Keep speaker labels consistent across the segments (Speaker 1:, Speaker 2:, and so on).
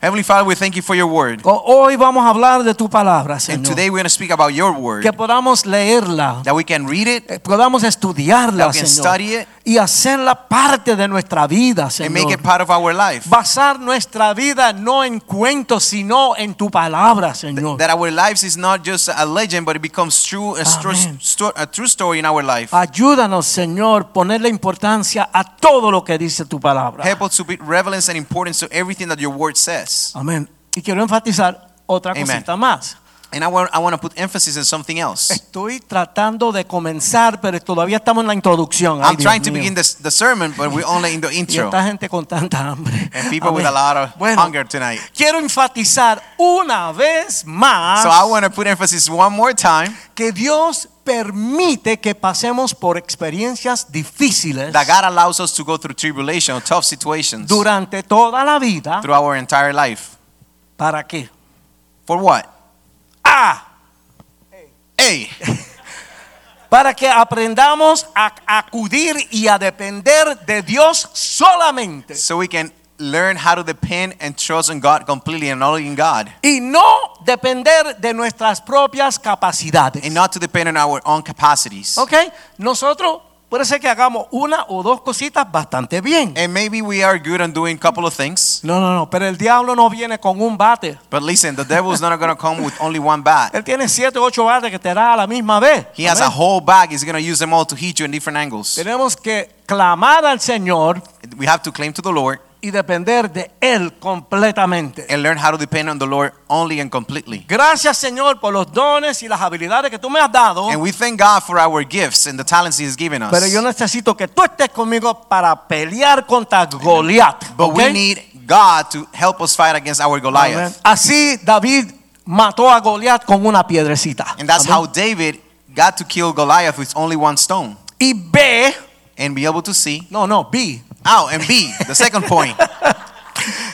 Speaker 1: Heavenly Father, we thank you for your word.
Speaker 2: Hoy vamos a hablar de tu palabra,
Speaker 1: And
Speaker 2: Señor.
Speaker 1: today we're going to speak about your word.
Speaker 2: Que podamos leerla,
Speaker 1: That we can read it
Speaker 2: eh, podamos estudiarla,
Speaker 1: That we can
Speaker 2: Señor.
Speaker 1: study it.
Speaker 2: Y hacerla parte de nuestra vida,
Speaker 1: and make
Speaker 2: Señor.
Speaker 1: it part of our life.
Speaker 2: Basar nuestra vida no en cuentos, sino en tu palabra, Señor.
Speaker 1: That our lives is not just a legend, but it becomes true a, stro-
Speaker 2: Amen.
Speaker 1: sto- a true story in our life.
Speaker 2: Ayúdanos, Señor, ponerle importancia a todo lo que dice tu palabra.
Speaker 1: Help us to be relevance and importance to everything that your word says.
Speaker 2: Amén. Y quiero enfatizar otra
Speaker 1: Amen.
Speaker 2: cosita más.
Speaker 1: And I want, I want to put emphasis on something else.
Speaker 2: Estoy tratando de comenzar, pero todavía estamos en la introducción. Ay,
Speaker 1: I'm
Speaker 2: Dios
Speaker 1: trying to
Speaker 2: mío.
Speaker 1: begin this, the sermon, but we're only in the
Speaker 2: Y
Speaker 1: intro.
Speaker 2: esta gente con tanta hambre.
Speaker 1: And people with a
Speaker 2: Amén.
Speaker 1: lot of
Speaker 2: Bueno,
Speaker 1: hunger tonight.
Speaker 2: Quiero enfatizar una vez más
Speaker 1: So I want to put emphasis one more time
Speaker 2: que Dios permite que pasemos por experiencias difíciles
Speaker 1: that God allows us to go through tribulation or tough situations through
Speaker 2: durante toda la vida.
Speaker 1: our entire life.
Speaker 2: ¿Para qué?
Speaker 1: For what?
Speaker 2: Ah,
Speaker 1: Hey,
Speaker 2: para que aprendamos a acudir y a depender de Dios solamente.
Speaker 1: so we can learn how to depend and trust in God completely and only in God,
Speaker 2: Y no depender de nuestras propias capacidades.
Speaker 1: and not to depend on our own capacities.
Speaker 2: ¿Ok? Nosotros puede ser que hagamos una o dos cositas bastante bien.
Speaker 1: And maybe we are good on doing a couple of things,
Speaker 2: No, no, no, pero el diablo no viene con un bate.
Speaker 1: but listen, the devil is not going to come with only one bat.
Speaker 2: Él tiene siete o ocho bates que te da a la misma vez.
Speaker 1: He has a
Speaker 2: Amén.
Speaker 1: whole bag. He's going to use them all to hit you in different angles.
Speaker 2: Tenemos que clamar al Señor
Speaker 1: We have to claim to the Lord
Speaker 2: y depender de Él completamente.
Speaker 1: and learn how to depend on the Lord only and completely.
Speaker 2: Gracias Señor por los dones y las habilidades que tú me has dado.
Speaker 1: And we thank God for our gifts and the talents He has given us.
Speaker 2: Oh. Pero yo necesito que tú estés conmigo para pelear contra Goliat.
Speaker 1: But
Speaker 2: ¿ok?
Speaker 1: we need God to help us fight against our Goliath.
Speaker 2: Amén. Así David mató a Goliat con una piedrecita.
Speaker 1: And that's
Speaker 2: Amén.
Speaker 1: how David got to kill Goliath with only one stone
Speaker 2: y ve,
Speaker 1: and be able to see.
Speaker 2: no, no, vi.
Speaker 1: Out and B, the second point.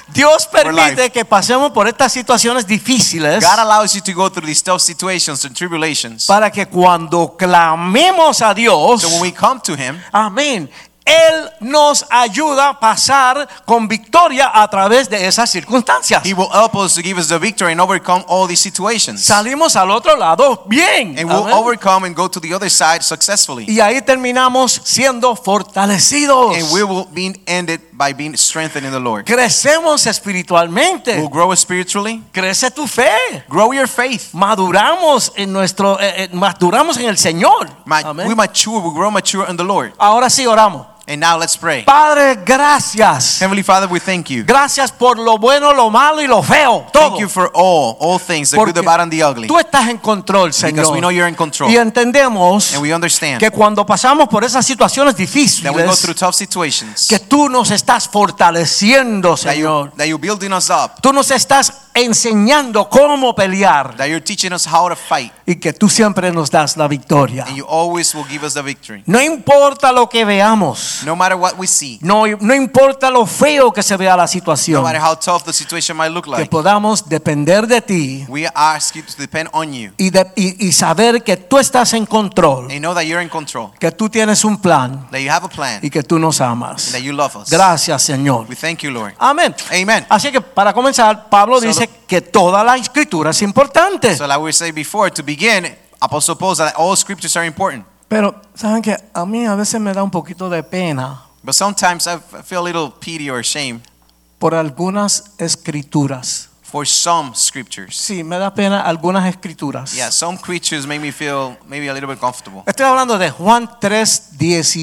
Speaker 2: Dios permite
Speaker 1: life.
Speaker 2: que pasemos por estas situaciones difíciles
Speaker 1: God allows you to go through these tough situations and tribulations.
Speaker 2: para que cuando clamemos a Dios,
Speaker 1: So when we come to Him,
Speaker 2: amén, Él nos ayuda a pasar con victoria a través de esas circunstancias.
Speaker 1: He will help us to give us the victory and overcome all these situations.
Speaker 2: Salimos al otro lado bien.
Speaker 1: And we'll
Speaker 2: amén.
Speaker 1: overcome and go to the other side successfully.
Speaker 2: y ahí terminamos siendo fortalecidos.
Speaker 1: And we will be ended by being strengthened in the Lord.
Speaker 2: Crecemos espiritualmente.
Speaker 1: We'll grow spiritually.
Speaker 2: Crece tu fe.
Speaker 1: Grow your faith.
Speaker 2: Maduramos en nuestro eh, eh, maduramos en el Señor.
Speaker 1: Ma-
Speaker 2: Amén.
Speaker 1: We mature, we grow mature in the Lord.
Speaker 2: Ahora sí oramos.
Speaker 1: And now let's pray.
Speaker 2: Padre, gracias.
Speaker 1: Heavenly Father, we thank you.
Speaker 2: Gracias por lo bueno, lo malo y lo feo. Todo.
Speaker 1: Thank you for all, all things, the good, the
Speaker 2: Porque
Speaker 1: bad, and the ugly.
Speaker 2: Tú estás en control, Señor.
Speaker 1: Because we know you're in control.
Speaker 2: Y entendemos
Speaker 1: And we understand
Speaker 2: que cuando pasamos por esas situaciones difíciles,
Speaker 1: that we go through tough situations.
Speaker 2: que tú nos estás fortaleciendo,
Speaker 1: That, you,
Speaker 2: Señor.
Speaker 1: that you're building us up.
Speaker 2: Tú nos estás enseñando cómo pelear
Speaker 1: That you're teaching us how to fight.
Speaker 2: y que tú siempre nos das la victoria.
Speaker 1: And you always will give us the victory.
Speaker 2: No importa lo que veamos,
Speaker 1: No matter what we see.
Speaker 2: no, no importa lo feo que se vea la
Speaker 1: No
Speaker 2: situación,
Speaker 1: matter how tough the situation might look
Speaker 2: que
Speaker 1: like.
Speaker 2: podamos depender de ti
Speaker 1: We ask you to depend on you.
Speaker 2: y, de- y- y saber que tú estás en control,
Speaker 1: And know that you're in control.
Speaker 2: que tú tienes un plan
Speaker 1: That you have a plan.
Speaker 2: y que tú nos amas.
Speaker 1: That you love us.
Speaker 2: Gracias, Señor.
Speaker 1: We thank you, Lord.
Speaker 2: Amén.
Speaker 1: Amen.
Speaker 2: Así que para comenzar, Pablo
Speaker 1: So
Speaker 2: dice que toda la escritura es importante.
Speaker 1: So like we said before, to begin, Apostle Paul said that all scriptures are important.
Speaker 2: Pero, ¿saben que A mí a veces me da un poquito de pena
Speaker 1: But sometimes I f- feel a little pity or shame
Speaker 2: por algunas escrituras.
Speaker 1: for some scriptures.
Speaker 2: Sí, me da pena algunas escrituras.
Speaker 1: Yeah, some creatures make me feel maybe a little bit comfortable.
Speaker 2: Estoy hablando de Juan 3,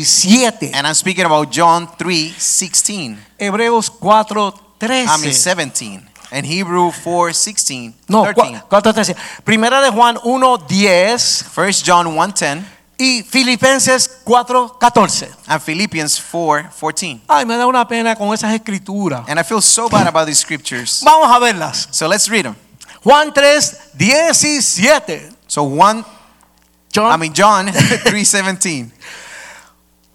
Speaker 2: 17.
Speaker 1: And I'm speaking about John 3 16.
Speaker 2: Hebreos 4, 13.
Speaker 1: I mean 17. And Hebrew 4 16.
Speaker 2: no,
Speaker 1: 13.
Speaker 2: 4, 13. Primera de Juan 1, 10
Speaker 1: First John 1 10
Speaker 2: y Filipenses 4, 14.
Speaker 1: and Philippians 4 14.
Speaker 2: Ay, me da una pena con esas escrituras.
Speaker 1: And I feel so bad about these scriptures.
Speaker 2: Vamos a verlas.
Speaker 1: So let's read them.
Speaker 2: Juan 3, 17.
Speaker 1: So one,
Speaker 2: John,
Speaker 1: I mean John 3:17.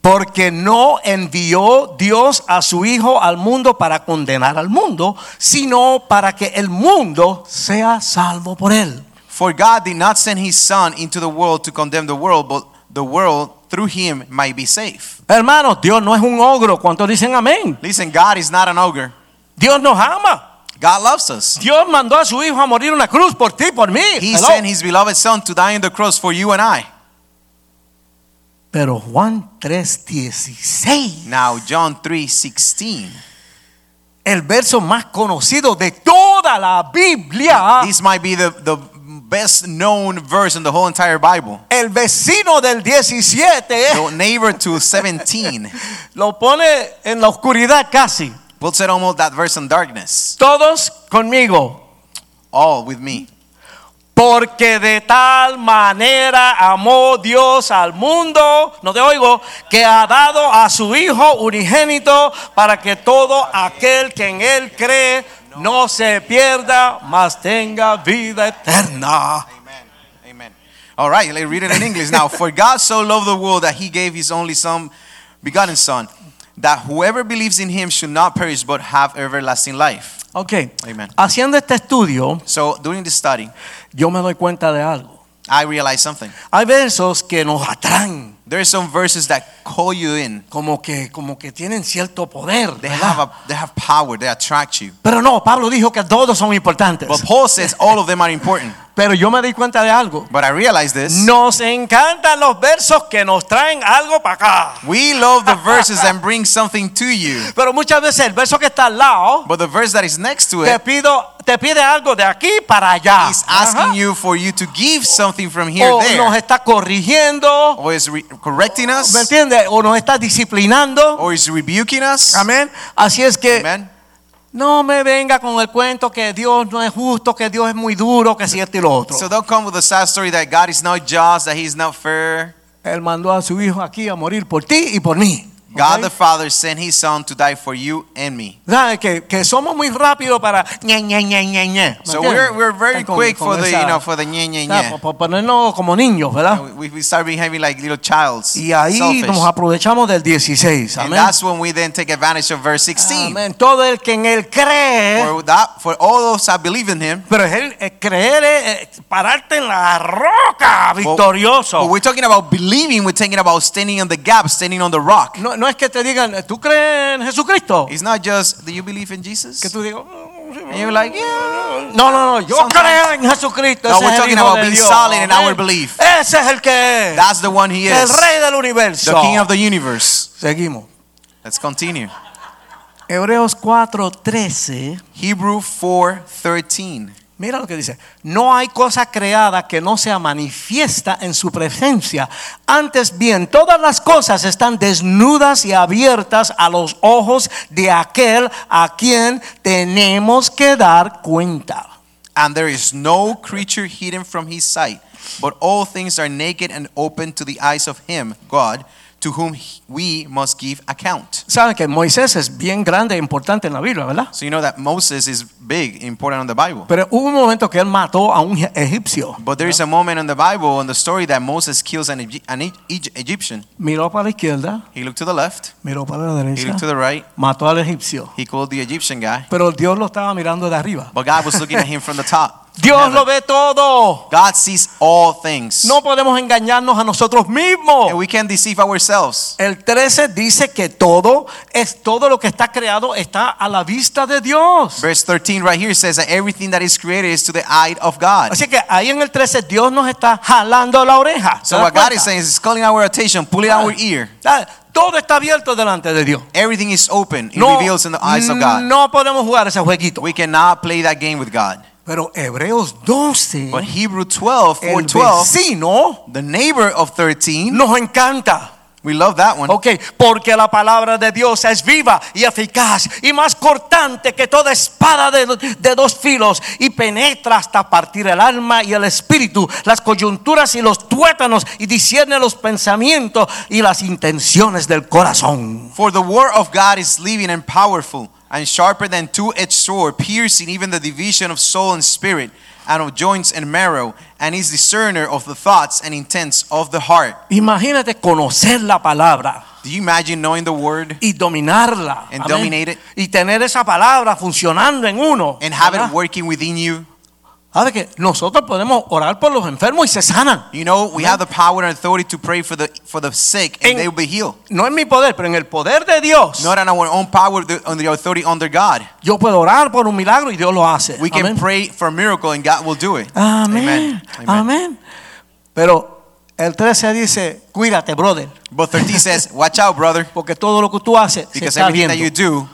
Speaker 2: porque no envió Dios a su Hijo al mundo para condenar al mundo, sino para que el mundo sea salvo por él.
Speaker 1: For God did not send his son into the world to condemn the world, but the world through him might be safe.
Speaker 2: Hermanos, Dios no es un ogro. ¿Cuántos dicen amén?
Speaker 1: Listen, God is not an ogre.
Speaker 2: Dios nos ama.
Speaker 1: God loves us.
Speaker 2: Dios mandó a su Hijo a morir en una cruz por ti, por mí.
Speaker 1: He
Speaker 2: Hello.
Speaker 1: sent his beloved son to die on the cross for you and I.
Speaker 2: Pero Juan 3:16,
Speaker 1: Now John 3:16.
Speaker 2: el verso más conocido de toda la Biblia,
Speaker 1: This might be the, the best known verse in the whole entire Bible.
Speaker 2: el vecino del 17
Speaker 1: The neighbor to 17
Speaker 2: lo pone en la oscuridad casi.
Speaker 1: puts it almost that verse in darkness.
Speaker 2: Todos conmigo.
Speaker 1: All with me.
Speaker 2: Porque de tal manera amó Dios al mundo, no te oigo, que ha dado a su Hijo unigénito para que todo aquel que en Él cree no se pierda, mas tenga vida eterna.
Speaker 1: Amen. Amen. All right, let's read it in English now. For God so loved the world that he gave his only son, begotten son, that whoever believes in him should not perish but have everlasting life.
Speaker 2: Ok,
Speaker 1: Amen.
Speaker 2: haciendo este estudio,
Speaker 1: So during this study,
Speaker 2: yo me doy cuenta de algo.
Speaker 1: I realized something.
Speaker 2: Hay versos que nos atraen,
Speaker 1: There are some verses that call you in.
Speaker 2: como que, como que tienen cierto poder.
Speaker 1: They
Speaker 2: ¿verdad?
Speaker 1: have a, they have power. They attract you.
Speaker 2: Pero no, Pablo dijo que todos son importantes.
Speaker 1: But Paul says all of them are important.
Speaker 2: Pero yo me di cuenta de algo.
Speaker 1: But I realized this.
Speaker 2: Nos encantan los versos que nos traen algo para acá.
Speaker 1: We love the verses and bring something to you.
Speaker 2: Pero muchas veces el verso que está al lado
Speaker 1: But the verse that is next to
Speaker 2: te,
Speaker 1: it
Speaker 2: pido, te pide algo de aquí para allá.
Speaker 1: is
Speaker 2: Ajá.
Speaker 1: asking you for you to give something from here
Speaker 2: o
Speaker 1: there.
Speaker 2: nos está corrigiendo,
Speaker 1: or is re- correcting
Speaker 2: ¿me
Speaker 1: us,
Speaker 2: entiendes? O nos está disciplinando.
Speaker 1: or is rebuking us.
Speaker 2: Amén. Así es que
Speaker 1: Amen.
Speaker 2: no me venga con el cuento que Dios no es justo, que Dios es muy duro, que si esto y lo otro.
Speaker 1: So don't come with a sad story that God is not just, that He's not fair.
Speaker 2: Él mandó a su hijo aquí a morir por ti y por mí.
Speaker 1: God
Speaker 2: ¿ok?
Speaker 1: the Father sent His Son to die for you and me.
Speaker 2: ¿Sabe? Que, que somos muy rápidos para ñe, ñe, ñe, ñe, ñe. ¿Me
Speaker 1: So
Speaker 2: entiendes?
Speaker 1: we're, we're very
Speaker 2: Con-
Speaker 1: quick
Speaker 2: con
Speaker 1: for the
Speaker 2: esa-
Speaker 1: you know for the nye nye
Speaker 2: ¿sabe?
Speaker 1: nye.
Speaker 2: Por, por ponernos como niños, ¿verdad?
Speaker 1: We, we start behaving like little childs.
Speaker 2: Y ahí
Speaker 1: selfish.
Speaker 2: nos aprovechamos del 16.
Speaker 1: And
Speaker 2: Amén.
Speaker 1: that's when we then take advantage of verse 16.
Speaker 2: Amén. Todo el que en él cree,
Speaker 1: For that, for all those that believe in Him.
Speaker 2: pero es el, el creer es eh, pararte en la roca victorioso.
Speaker 1: But we're talking about believing. We're talking about standing on the gap, standing on the rock.
Speaker 2: no, no es que te digan, ¿tú crees en Jesucristo?
Speaker 1: It's not just, do you believe in Jesus?
Speaker 2: Que tú digas, "Mm,
Speaker 1: And you're like, yeah.
Speaker 2: no, no, no, yo
Speaker 1: Sometimes-
Speaker 2: creo en Jesucristo.
Speaker 1: No,
Speaker 2: ese es
Speaker 1: we're
Speaker 2: el
Speaker 1: talking
Speaker 2: Hijo
Speaker 1: about
Speaker 2: de
Speaker 1: being
Speaker 2: Dios.
Speaker 1: solid in
Speaker 2: Amén.
Speaker 1: our belief.
Speaker 2: Ese es el que es.
Speaker 1: That's the one he
Speaker 2: El
Speaker 1: is.
Speaker 2: rey del universo.
Speaker 1: The king of the universe.
Speaker 2: Seguimos.
Speaker 1: Let's continue.
Speaker 2: Hebreos 4:13.
Speaker 1: Hebrew 4:13.
Speaker 2: Mira lo que dice. No hay cosa creada que no sea manifiesta en su presencia. Antes bien, todas las cosas están desnudas y abiertas a los ojos de aquel a quien tenemos que dar cuenta.
Speaker 1: And there is no creature hidden from his sight, but all things are naked and open to the eyes of him, God, to whom he- we must give account.
Speaker 2: Saben que Moisés es bien grande e importante en la Biblia, ¿verdad?
Speaker 1: So you know that Moses is big, important on the Bible.
Speaker 2: Pero hubo un momento que él mató a un egipcio.
Speaker 1: But there is a moment in the Bible in the story that Moses kills an, Egy- an Egy- Egy- Egyptian.
Speaker 2: Miró para la izquierda,
Speaker 1: He looked to the left,
Speaker 2: miró para la
Speaker 1: he
Speaker 2: derecha,
Speaker 1: looked to the right,
Speaker 2: mató al egipcio.
Speaker 1: he called the Egyptian guy,
Speaker 2: Pero Dios lo estaba mirando de arriba.
Speaker 1: but God was looking at him from the top.
Speaker 2: Dios lo ve todo.
Speaker 1: God sees all things.
Speaker 2: No podemos engañarnos a nosotros mismos.
Speaker 1: And we can deceive ourselves.
Speaker 2: El 13 dice que todo es todo lo que está creado está a la vista de Dios.
Speaker 1: Verse 13 right here says that everything that is created is to the eye of God.
Speaker 2: Así que ahí en el 13 Dios nos está jalando la oreja. ¿Te
Speaker 1: So
Speaker 2: das
Speaker 1: what God
Speaker 2: cuenta?
Speaker 1: is saying is calling our attention, pulling our ear.
Speaker 2: Ah, Todo está abierto delante de Dios.
Speaker 1: Everything is open. It
Speaker 2: No,
Speaker 1: reveals in the eyes of God.
Speaker 2: no podemos jugar ese jueguito.
Speaker 1: We cannot play that game with God.
Speaker 2: Pero Hebreos 12,
Speaker 1: But Hebrew 12, 4,
Speaker 2: Mm-hmm. el
Speaker 1: 12,
Speaker 2: vecino,
Speaker 1: the neighbor of 13,
Speaker 2: nos encanta.
Speaker 1: we love that one.
Speaker 2: Ok, porque la palabra de Dios es viva y eficaz y más cortante que toda espada de, de dos filos y penetra hasta partir el alma y el espíritu, las coyunturas y los tuétanos y discierne los pensamientos y las intenciones del corazón.
Speaker 1: For the word of God is living and powerful, and sharper than two-edged sword, piercing even the division of soul and spirit, and of joints and marrow, and is discerner of the thoughts and intents of the heart.
Speaker 2: Imagínate conocer la palabra
Speaker 1: Do you imagine knowing the word
Speaker 2: y dominarla.
Speaker 1: And
Speaker 2: Amén.
Speaker 1: dominate it.
Speaker 2: Y tener esa palabra funcionando en uno.
Speaker 1: and have it
Speaker 2: ¿verdad?
Speaker 1: working within you?
Speaker 2: ¿Sabe que nosotros podemos orar por los enfermos y se sanan?
Speaker 1: You know, we have the power and authority to pray for the for the sick, and
Speaker 2: En-
Speaker 1: they will be healed.
Speaker 2: No en mi poder, pero en el poder de Dios.
Speaker 1: Not on our own power, the- on the authority under God.
Speaker 2: Yo puedo orar por un milagro y Dios lo hace.
Speaker 1: We can
Speaker 2: Amén.
Speaker 1: pray for a miracle, and God will do it.
Speaker 2: Amén.
Speaker 1: Amen.
Speaker 2: Amén. Pero el 13 dice, cuídate, brother,
Speaker 1: But 13 says, "Watch out, brother,
Speaker 2: porque todo lo que tú haces se
Speaker 1: because
Speaker 2: está
Speaker 1: everything
Speaker 2: viendo.
Speaker 1: that you do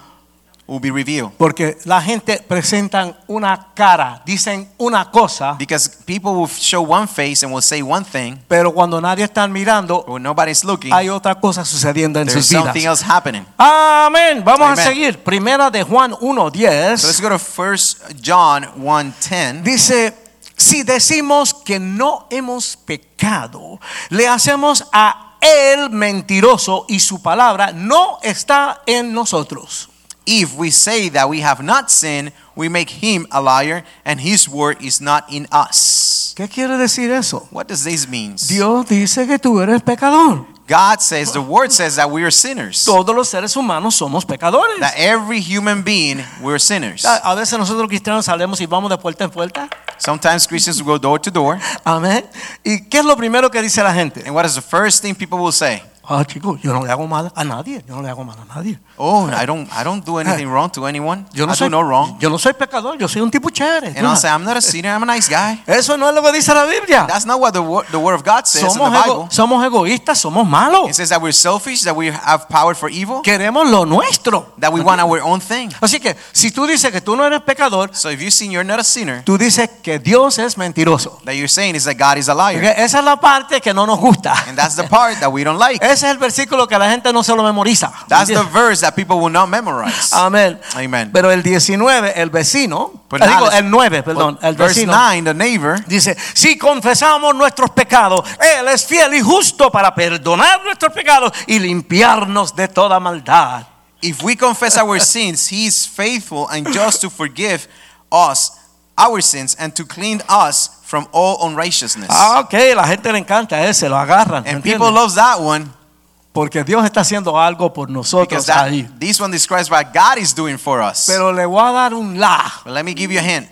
Speaker 1: will be revealed."
Speaker 2: Porque la gente presentan una cara, dicen una cosa,
Speaker 1: Because people will show one face and will say one thing,
Speaker 2: pero cuando nadie está mirando,
Speaker 1: but when nobody's looking,
Speaker 2: hay otra cosa sucediendo en
Speaker 1: there's
Speaker 2: sus vidas.
Speaker 1: something else happening.
Speaker 2: Amén. Vamos a
Speaker 1: Amen.
Speaker 2: seguir. Primera de Juan
Speaker 1: So let's
Speaker 2: 1:10
Speaker 1: go to 1 John 1:10.
Speaker 2: dice, si decimos que no hemos pecado, le hacemos a él mentiroso y su palabra no está en nosotros.
Speaker 1: If we say that we have not sinned, we make him a liar, and his word is not in us.
Speaker 2: ¿Qué quiere decir eso?
Speaker 1: What does this mean?
Speaker 2: Dios dice que tú eres pecador.
Speaker 1: God says, the word says that we are sinners.
Speaker 2: Todos los seres humanos somos pecadores.
Speaker 1: That every human being, we're sinners.
Speaker 2: A a veces nosotros cristianos salemos y vamos de puerta en puerta.
Speaker 1: Sometimes Christians will go door to door.
Speaker 2: Amén. ¿Y qué es lo primero que dice la gente?
Speaker 1: And what is the first thing people will say?
Speaker 2: Ah, chicos, yo no le hago mal a nadie. Yo no le hago mal a nadie.
Speaker 1: Oh, I don't, I don't do anything wrong to anyone.
Speaker 2: Yo no,
Speaker 1: I do
Speaker 2: soy,
Speaker 1: no wrong.
Speaker 2: yo no soy pecador, yo soy un tipo chévere.
Speaker 1: And I'll say, I'm not a sinner. I'm a nice guy.
Speaker 2: Eso no es lo que dice la Biblia.
Speaker 1: That's not what the, wor- the word of God says in the
Speaker 2: Somos, ego-
Speaker 1: Bible.
Speaker 2: somos egoístas, somos
Speaker 1: It
Speaker 2: malos.
Speaker 1: says that we're selfish, that we have power for evil,
Speaker 2: Queremos lo nuestro.
Speaker 1: that we want our own thing.
Speaker 2: Así que si tú dices que tú no eres pecador,
Speaker 1: So if you sin, you're not a sinner.
Speaker 2: tú dices que Dios es mentiroso.
Speaker 1: That you're saying is that God is a liar.
Speaker 2: Porque esa es la parte que no nos gusta.
Speaker 1: And that's the part that we don't like.
Speaker 2: Ese es el versículo que la gente no se lo memoriza.
Speaker 1: That's the verse that people will not memorize.
Speaker 2: Amén.
Speaker 1: Amen.
Speaker 2: Pero el 19, el vecino,
Speaker 1: But
Speaker 2: eh,
Speaker 1: now
Speaker 2: digo,
Speaker 1: let's-
Speaker 2: el 9, perdón,
Speaker 1: Well,
Speaker 2: el
Speaker 1: Pues verse
Speaker 2: vecino.
Speaker 1: 9, the neighbor,
Speaker 2: Dice, si confesamos nuestros pecados, Él es fiel y justo para perdonar nuestros pecados y limpiarnos de toda maldad.
Speaker 1: if we confess our sins, he is faithful and just to forgive us our sins and to clean us from all unrighteousness.
Speaker 2: Ah, ok, la gente le encanta ese, lo agarran.
Speaker 1: And
Speaker 2: ¿entiendes?
Speaker 1: people love that one
Speaker 2: Porque Dios está haciendo algo por
Speaker 1: because
Speaker 2: nosotros ahí.
Speaker 1: that, this one describes what God is doing for us.
Speaker 2: Pero le voy a dar un la.
Speaker 1: But let me give you a hint.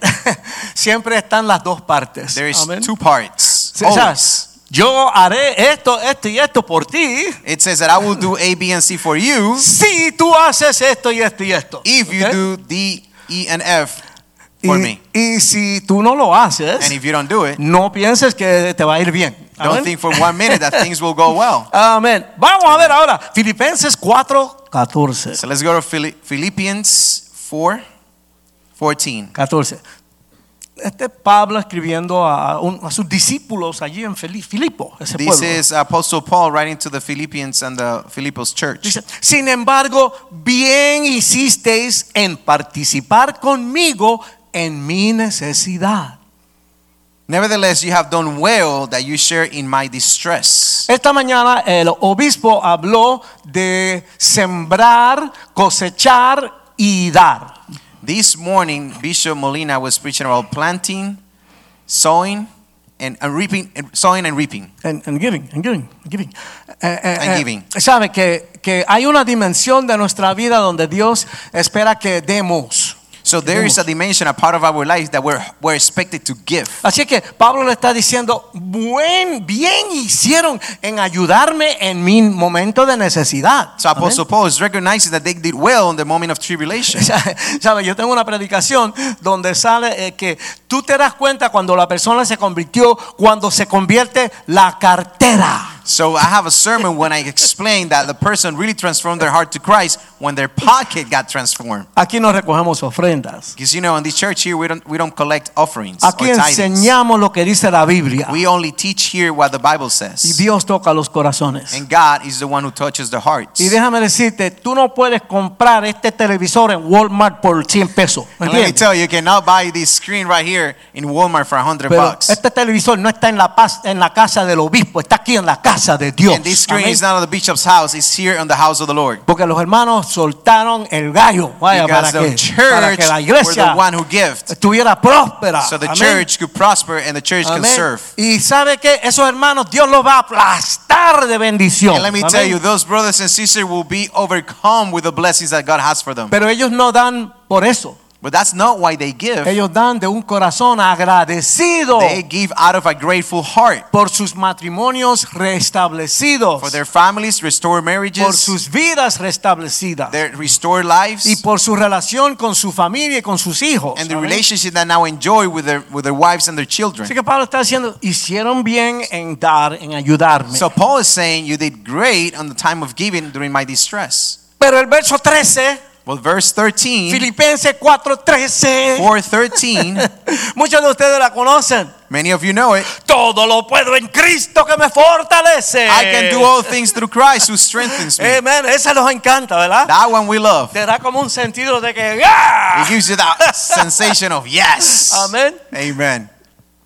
Speaker 2: Siempre están las dos partes.
Speaker 1: There is
Speaker 2: Amén.
Speaker 1: two parts. Oh,
Speaker 2: Sí, o sea,
Speaker 1: Always.
Speaker 2: yo haré esto, esto y esto por ti
Speaker 1: It says that I will do A, B, and C for you
Speaker 2: si tú haces esto y esto y esto.
Speaker 1: if you
Speaker 2: ¿Ok?
Speaker 1: do D, E, and F
Speaker 2: Y-
Speaker 1: for me.
Speaker 2: y si tú no lo haces,
Speaker 1: And if you don't do it,
Speaker 2: No pienses que te va a ir bien.
Speaker 1: don't think for one minute that things will go well.
Speaker 2: Amén. Vamos a ver ahora Filipenses 4, 14.
Speaker 1: So let's go to Phili- Philippians 4 14.
Speaker 2: 14. Este es Pablo escribiendo a, un- a sus discípulos allí en Fili- Filipo, ese
Speaker 1: This
Speaker 2: pueblo.
Speaker 1: is Apostle Paul writing to the Philippians and the Philippos church.
Speaker 2: Dice, sin embargo, bien hicisteis en participar conmigo en mi necesidad.
Speaker 1: Nevertheless, you have done well that you share in my distress.
Speaker 2: Esta mañana el obispo habló de sembrar, cosechar y dar.
Speaker 1: This morning, Bishop Molina was preaching about planting, sowing, and, and reaping, and sowing and reaping.
Speaker 2: And, and giving, and giving, giving. Eh, eh,
Speaker 1: And
Speaker 2: eh,
Speaker 1: giving.
Speaker 2: Sabe que, que hay una dimensión de nuestra vida donde Dios espera que demos.
Speaker 1: So there is a dimension, a part of our life that we're, we're expected to give.
Speaker 2: Así que Pablo le está diciendo, buen, bien hicieron en ayudarme en mi momento de necesidad.
Speaker 1: So
Speaker 2: Amén.
Speaker 1: Apostle Paul is recognizing that they did well in the moment of tribulation.
Speaker 2: Sabe, yo tengo una predicación donde sale eh, que tú te das cuenta cuando la persona se convirtió, cuando se convierte la cartera.
Speaker 1: So I have a sermon when I explain that the person really transformed their heart to Christ when their pocket got transformed.
Speaker 2: Aquí no recogemos ofrendas.
Speaker 1: Because you know, in the church here, we don't we don't collect offerings or
Speaker 2: Aquí
Speaker 1: tithings.
Speaker 2: enseñamos lo que dice la Biblia.
Speaker 1: We only teach here what the Bible
Speaker 2: Y
Speaker 1: says.
Speaker 2: Dios toca los corazones.
Speaker 1: And God is the one who touches the hearts.
Speaker 2: Y déjame decirte, tú no puedes comprar este televisor en Walmart por 100 pesos. ¿me
Speaker 1: And let me
Speaker 2: entiendes?
Speaker 1: tell you, you cannot buy this screen right here in Walmart for 100
Speaker 2: Pero
Speaker 1: bucks.
Speaker 2: este televisor no está en la, paz, en la casa del obispo, está aquí en la casa de Dios.
Speaker 1: And this screen
Speaker 2: Amén.
Speaker 1: is not on the bishop's house, it's here on the house of the Lord.
Speaker 2: Porque los hermanos soltaron el gallo. Vaya, para
Speaker 1: Because the
Speaker 2: que, para
Speaker 1: church
Speaker 2: que la
Speaker 1: were the
Speaker 2: iglesia
Speaker 1: one who gived.
Speaker 2: estuviera próspera.
Speaker 1: So the
Speaker 2: Amén.
Speaker 1: church could prosper and the church can
Speaker 2: Amén.
Speaker 1: serve.
Speaker 2: Y sabe que esos hermanos Dios los va a aplastar de bendición.
Speaker 1: And let me
Speaker 2: Amén.
Speaker 1: tell you, those brothers and sisters will be overcome with the blessings that God has for them.
Speaker 2: Pero ellos no dan por eso.
Speaker 1: But that's not why they give.
Speaker 2: Ellos dan de un corazón agradecido
Speaker 1: They give out of a grateful heart
Speaker 2: por sus matrimonios restablecidos,
Speaker 1: for their families, restore
Speaker 2: por
Speaker 1: marriages,
Speaker 2: sus vidas restablecidas
Speaker 1: their restored
Speaker 2: y
Speaker 1: lives,
Speaker 2: por su relación con su familia y con sus hijos.
Speaker 1: and the
Speaker 2: Amén.
Speaker 1: relationship that now enjoy with their with their wives and their children.
Speaker 2: Así que Pablo está diciendo, hicieron bien en dar, en ayudarme.
Speaker 1: So Paul is saying you did great on the time of giving during my distress.
Speaker 2: Pero el verso 13,
Speaker 1: Well, verse 13,
Speaker 2: Filipenses 4:13,
Speaker 1: 413,
Speaker 2: muchos de ustedes la conocen.
Speaker 1: many of you know it.
Speaker 2: Todo lo puedo en Cristo que me fortalece.
Speaker 1: I can do all things through Christ who strengthens me.
Speaker 2: Amén. Esa nos encanta, ¿verdad?
Speaker 1: That one we love.
Speaker 2: Te da como un sentido de que ¡ah!
Speaker 1: It gives you that sensation of yes.
Speaker 2: Amén.
Speaker 1: Amen.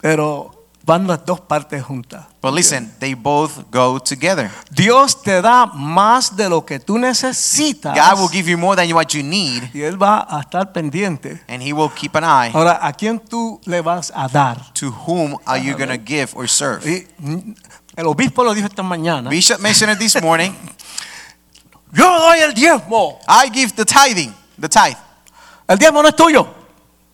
Speaker 2: Pero van las dos partes juntas.
Speaker 1: But listen, they both go together.
Speaker 2: Dios te da más de lo que tú necesitas.
Speaker 1: God will give you more than what you need,
Speaker 2: y él va a estar pendiente.
Speaker 1: and He will keep an eye
Speaker 2: Ahora, ¿a quién tú le vas a dar?
Speaker 1: to whom are you going to give or serve.
Speaker 2: Y, mm, El obispo lo dijo esta mañana.
Speaker 1: Bishop mentioned it this morning.
Speaker 2: Yo doy el diezmo.
Speaker 1: I give the tithing, the tithe,
Speaker 2: El diezmo no es tuyo.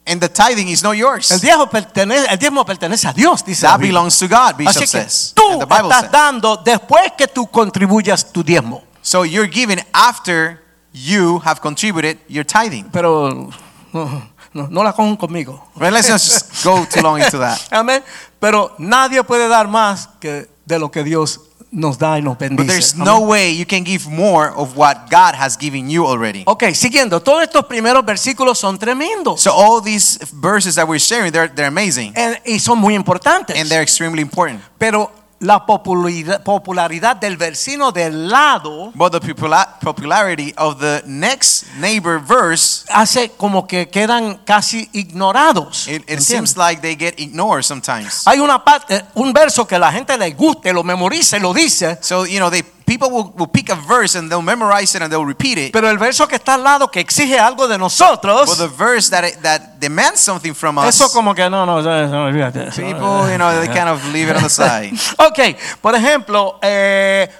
Speaker 1: and the tithing is not yours.
Speaker 2: El diezmo pertenece, el diezmo pertenece a Dios, dice la
Speaker 1: That
Speaker 2: Biblia.
Speaker 1: belongs to God,
Speaker 2: Así
Speaker 1: Bishop
Speaker 2: que
Speaker 1: says.
Speaker 2: tú
Speaker 1: And the Bible
Speaker 2: estás
Speaker 1: says.
Speaker 2: dando después que tú contribuyas tu diezmo.
Speaker 1: So you're giving after you have contributed your tithing.
Speaker 2: Pero no, no, no la cojan conmigo.
Speaker 1: Well, let's not just go too long into that.
Speaker 2: Amén. Pero nadie puede dar más que de lo que Dios nos da y nos
Speaker 1: But
Speaker 2: bendice.
Speaker 1: there's
Speaker 2: Amén.
Speaker 1: no way you can give more of what God has given you already.
Speaker 2: Ok, siguiendo. Todos estos primeros versículos son tremendos.
Speaker 1: So all these verses that we're sharing, they're, they're amazing
Speaker 2: Eh, y son muy importantes.
Speaker 1: and they're extremely important.
Speaker 2: Pero la popularidad, popularidad del vecino del lado
Speaker 1: But the popula- popularity of the next neighbor verse,
Speaker 2: hace como que quedan casi ignorados.
Speaker 1: it, it
Speaker 2: ¿entiendes?
Speaker 1: seems like they get ignored sometimes.
Speaker 2: Hay una parte, un verso que la gente le guste, lo memorice, lo dice.
Speaker 1: So you know, they people will, will pick a verse and they'll memorize it and they'll repeat it.
Speaker 2: Pero el verso que está al lado que exige algo de
Speaker 1: But the
Speaker 2: nosotros,
Speaker 1: verse that it, that demands something from us,
Speaker 2: eso como que no, no, no, no, olvídate.
Speaker 1: people, you know, they kind of leave it on the side.
Speaker 2: Ok, por ejemplo, eh,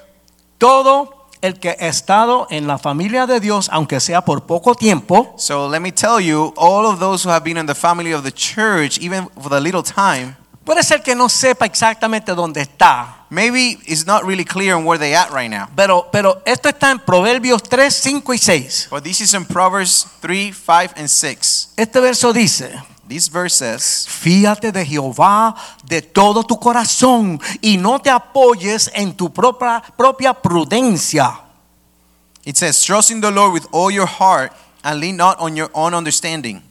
Speaker 2: todo el que ha estado en la familia de Dios, aunque sea por poco tiempo,
Speaker 1: So let me tell you, all of those who have been in the family of the church, even for the little time,
Speaker 2: puede ser que no sepa exactamente dónde está.
Speaker 1: maybe it's not really clear on where they at right now.
Speaker 2: Pero, pero esto está en Proverbios 3, 5 y 6.
Speaker 1: But this is in Proverbs 3, 5, and 6.
Speaker 2: Este verso dice,
Speaker 1: This verse says,
Speaker 2: Fíate de Jehová de todo tu corazón y no te apoyes en tu propia, propia prudencia.
Speaker 1: it says, Trust in the Lord with all your heart and lean not on your own understanding.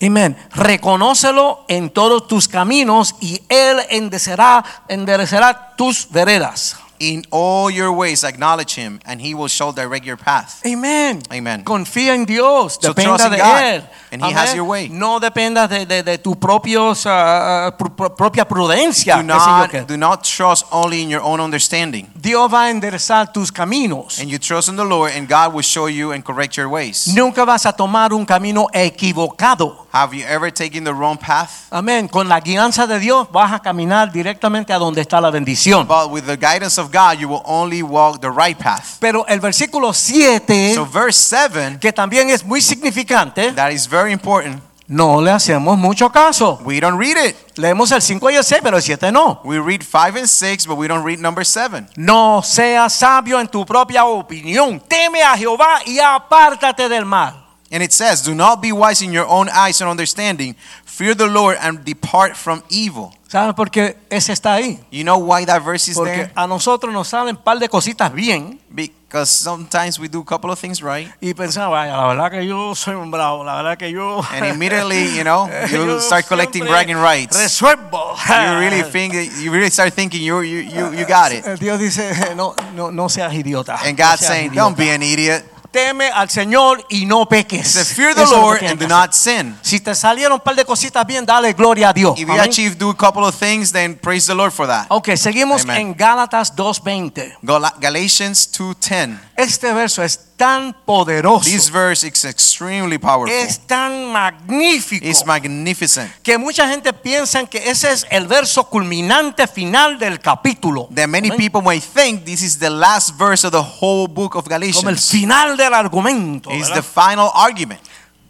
Speaker 2: Amén. Reconócelo en todos tus caminos y él enderecerá, enderecerá tus veredas.
Speaker 1: In all your ways acknowledge him, and he will shall direct your path.
Speaker 2: Amén.
Speaker 1: Amen.
Speaker 2: Confía en Dios,
Speaker 1: So
Speaker 2: dependa
Speaker 1: trust in
Speaker 2: de
Speaker 1: God,
Speaker 2: él.
Speaker 1: and he
Speaker 2: Amén.
Speaker 1: has your way.
Speaker 2: No dependas de, de, de tu propios, ah, ah, pr- pr- propia prudencia.
Speaker 1: Do
Speaker 2: qué sé yo qué.
Speaker 1: not, do not trust only in your own understanding.
Speaker 2: Dios va a enderezar tus caminos.
Speaker 1: And you trust in the Lord, and God will show you and correct your ways.
Speaker 2: Nunca vas a tomar un camino equivocado.
Speaker 1: Have you ever taken the wrong path?
Speaker 2: Amén. Con la guianza de Dios vas a caminar directamente a donde está la bendición.
Speaker 1: But with the guidance of God, you will only walk the right path.
Speaker 2: Pero el versículo 7,
Speaker 1: So, verse 7,
Speaker 2: que también es muy significante,
Speaker 1: that is very important.
Speaker 2: no le hacemos mucho caso.
Speaker 1: We don't read it.
Speaker 2: Leemos el 5 y el 6, pero el 7 no.
Speaker 1: We read 5 and 6, but we don't read number 7.
Speaker 2: No seas sabio en tu propia opinión. Teme a Jehová y apártate del mal.
Speaker 1: And it says, Do not be wise in your own eyes and understanding. Fear the Lord and depart from evil.
Speaker 2: ¿Saben por qué ese está ahí?
Speaker 1: You know why that verse is
Speaker 2: Porque
Speaker 1: there?
Speaker 2: a nosotros nos salen un par de cositas bien.
Speaker 1: Because sometimes we do a couple of things right.
Speaker 2: Y pensamos, vaya, la verdad que yo soy un bravo, la verdad que yo...
Speaker 1: And immediately, you know, you
Speaker 2: Yo
Speaker 1: start collecting
Speaker 2: siempre
Speaker 1: bragging rights.
Speaker 2: Resuelvo.
Speaker 1: You really think that- you really start thinking you you you, you got it.
Speaker 2: Dios dice, no, no, no seas idiota.
Speaker 1: And
Speaker 2: No
Speaker 1: God's
Speaker 2: seas
Speaker 1: saying,
Speaker 2: idiota.
Speaker 1: Don't be an idiot.
Speaker 2: teme al Señor y no peques.
Speaker 1: Say, fear the
Speaker 2: Eso es lo que
Speaker 1: Lord
Speaker 2: tienes
Speaker 1: and
Speaker 2: que
Speaker 1: do
Speaker 2: hacer.
Speaker 1: not sin.
Speaker 2: Si te salieron un par de cositas bien, dale gloria a Dios.
Speaker 1: If you
Speaker 2: Amén. Oh.
Speaker 1: achieve, do a couple of things, then praise the Lord for that.
Speaker 2: Ok, seguimos
Speaker 1: Amen.
Speaker 2: en Gálatas 2.20.
Speaker 1: Gal- Galatians 2.10.
Speaker 2: Este verso es tan poderoso,
Speaker 1: This verse is extremely powerful.
Speaker 2: es tan magnífico,
Speaker 1: It's magnificent.
Speaker 2: que mucha gente piensa que ese es el verso culminante final del capítulo.
Speaker 1: That many
Speaker 2: Amén.
Speaker 1: people may think this is the last verse of the whole book of
Speaker 2: Como el
Speaker 1: Galatians.
Speaker 2: final del argumento.
Speaker 1: It's
Speaker 2: ¿verdad?
Speaker 1: the final argument.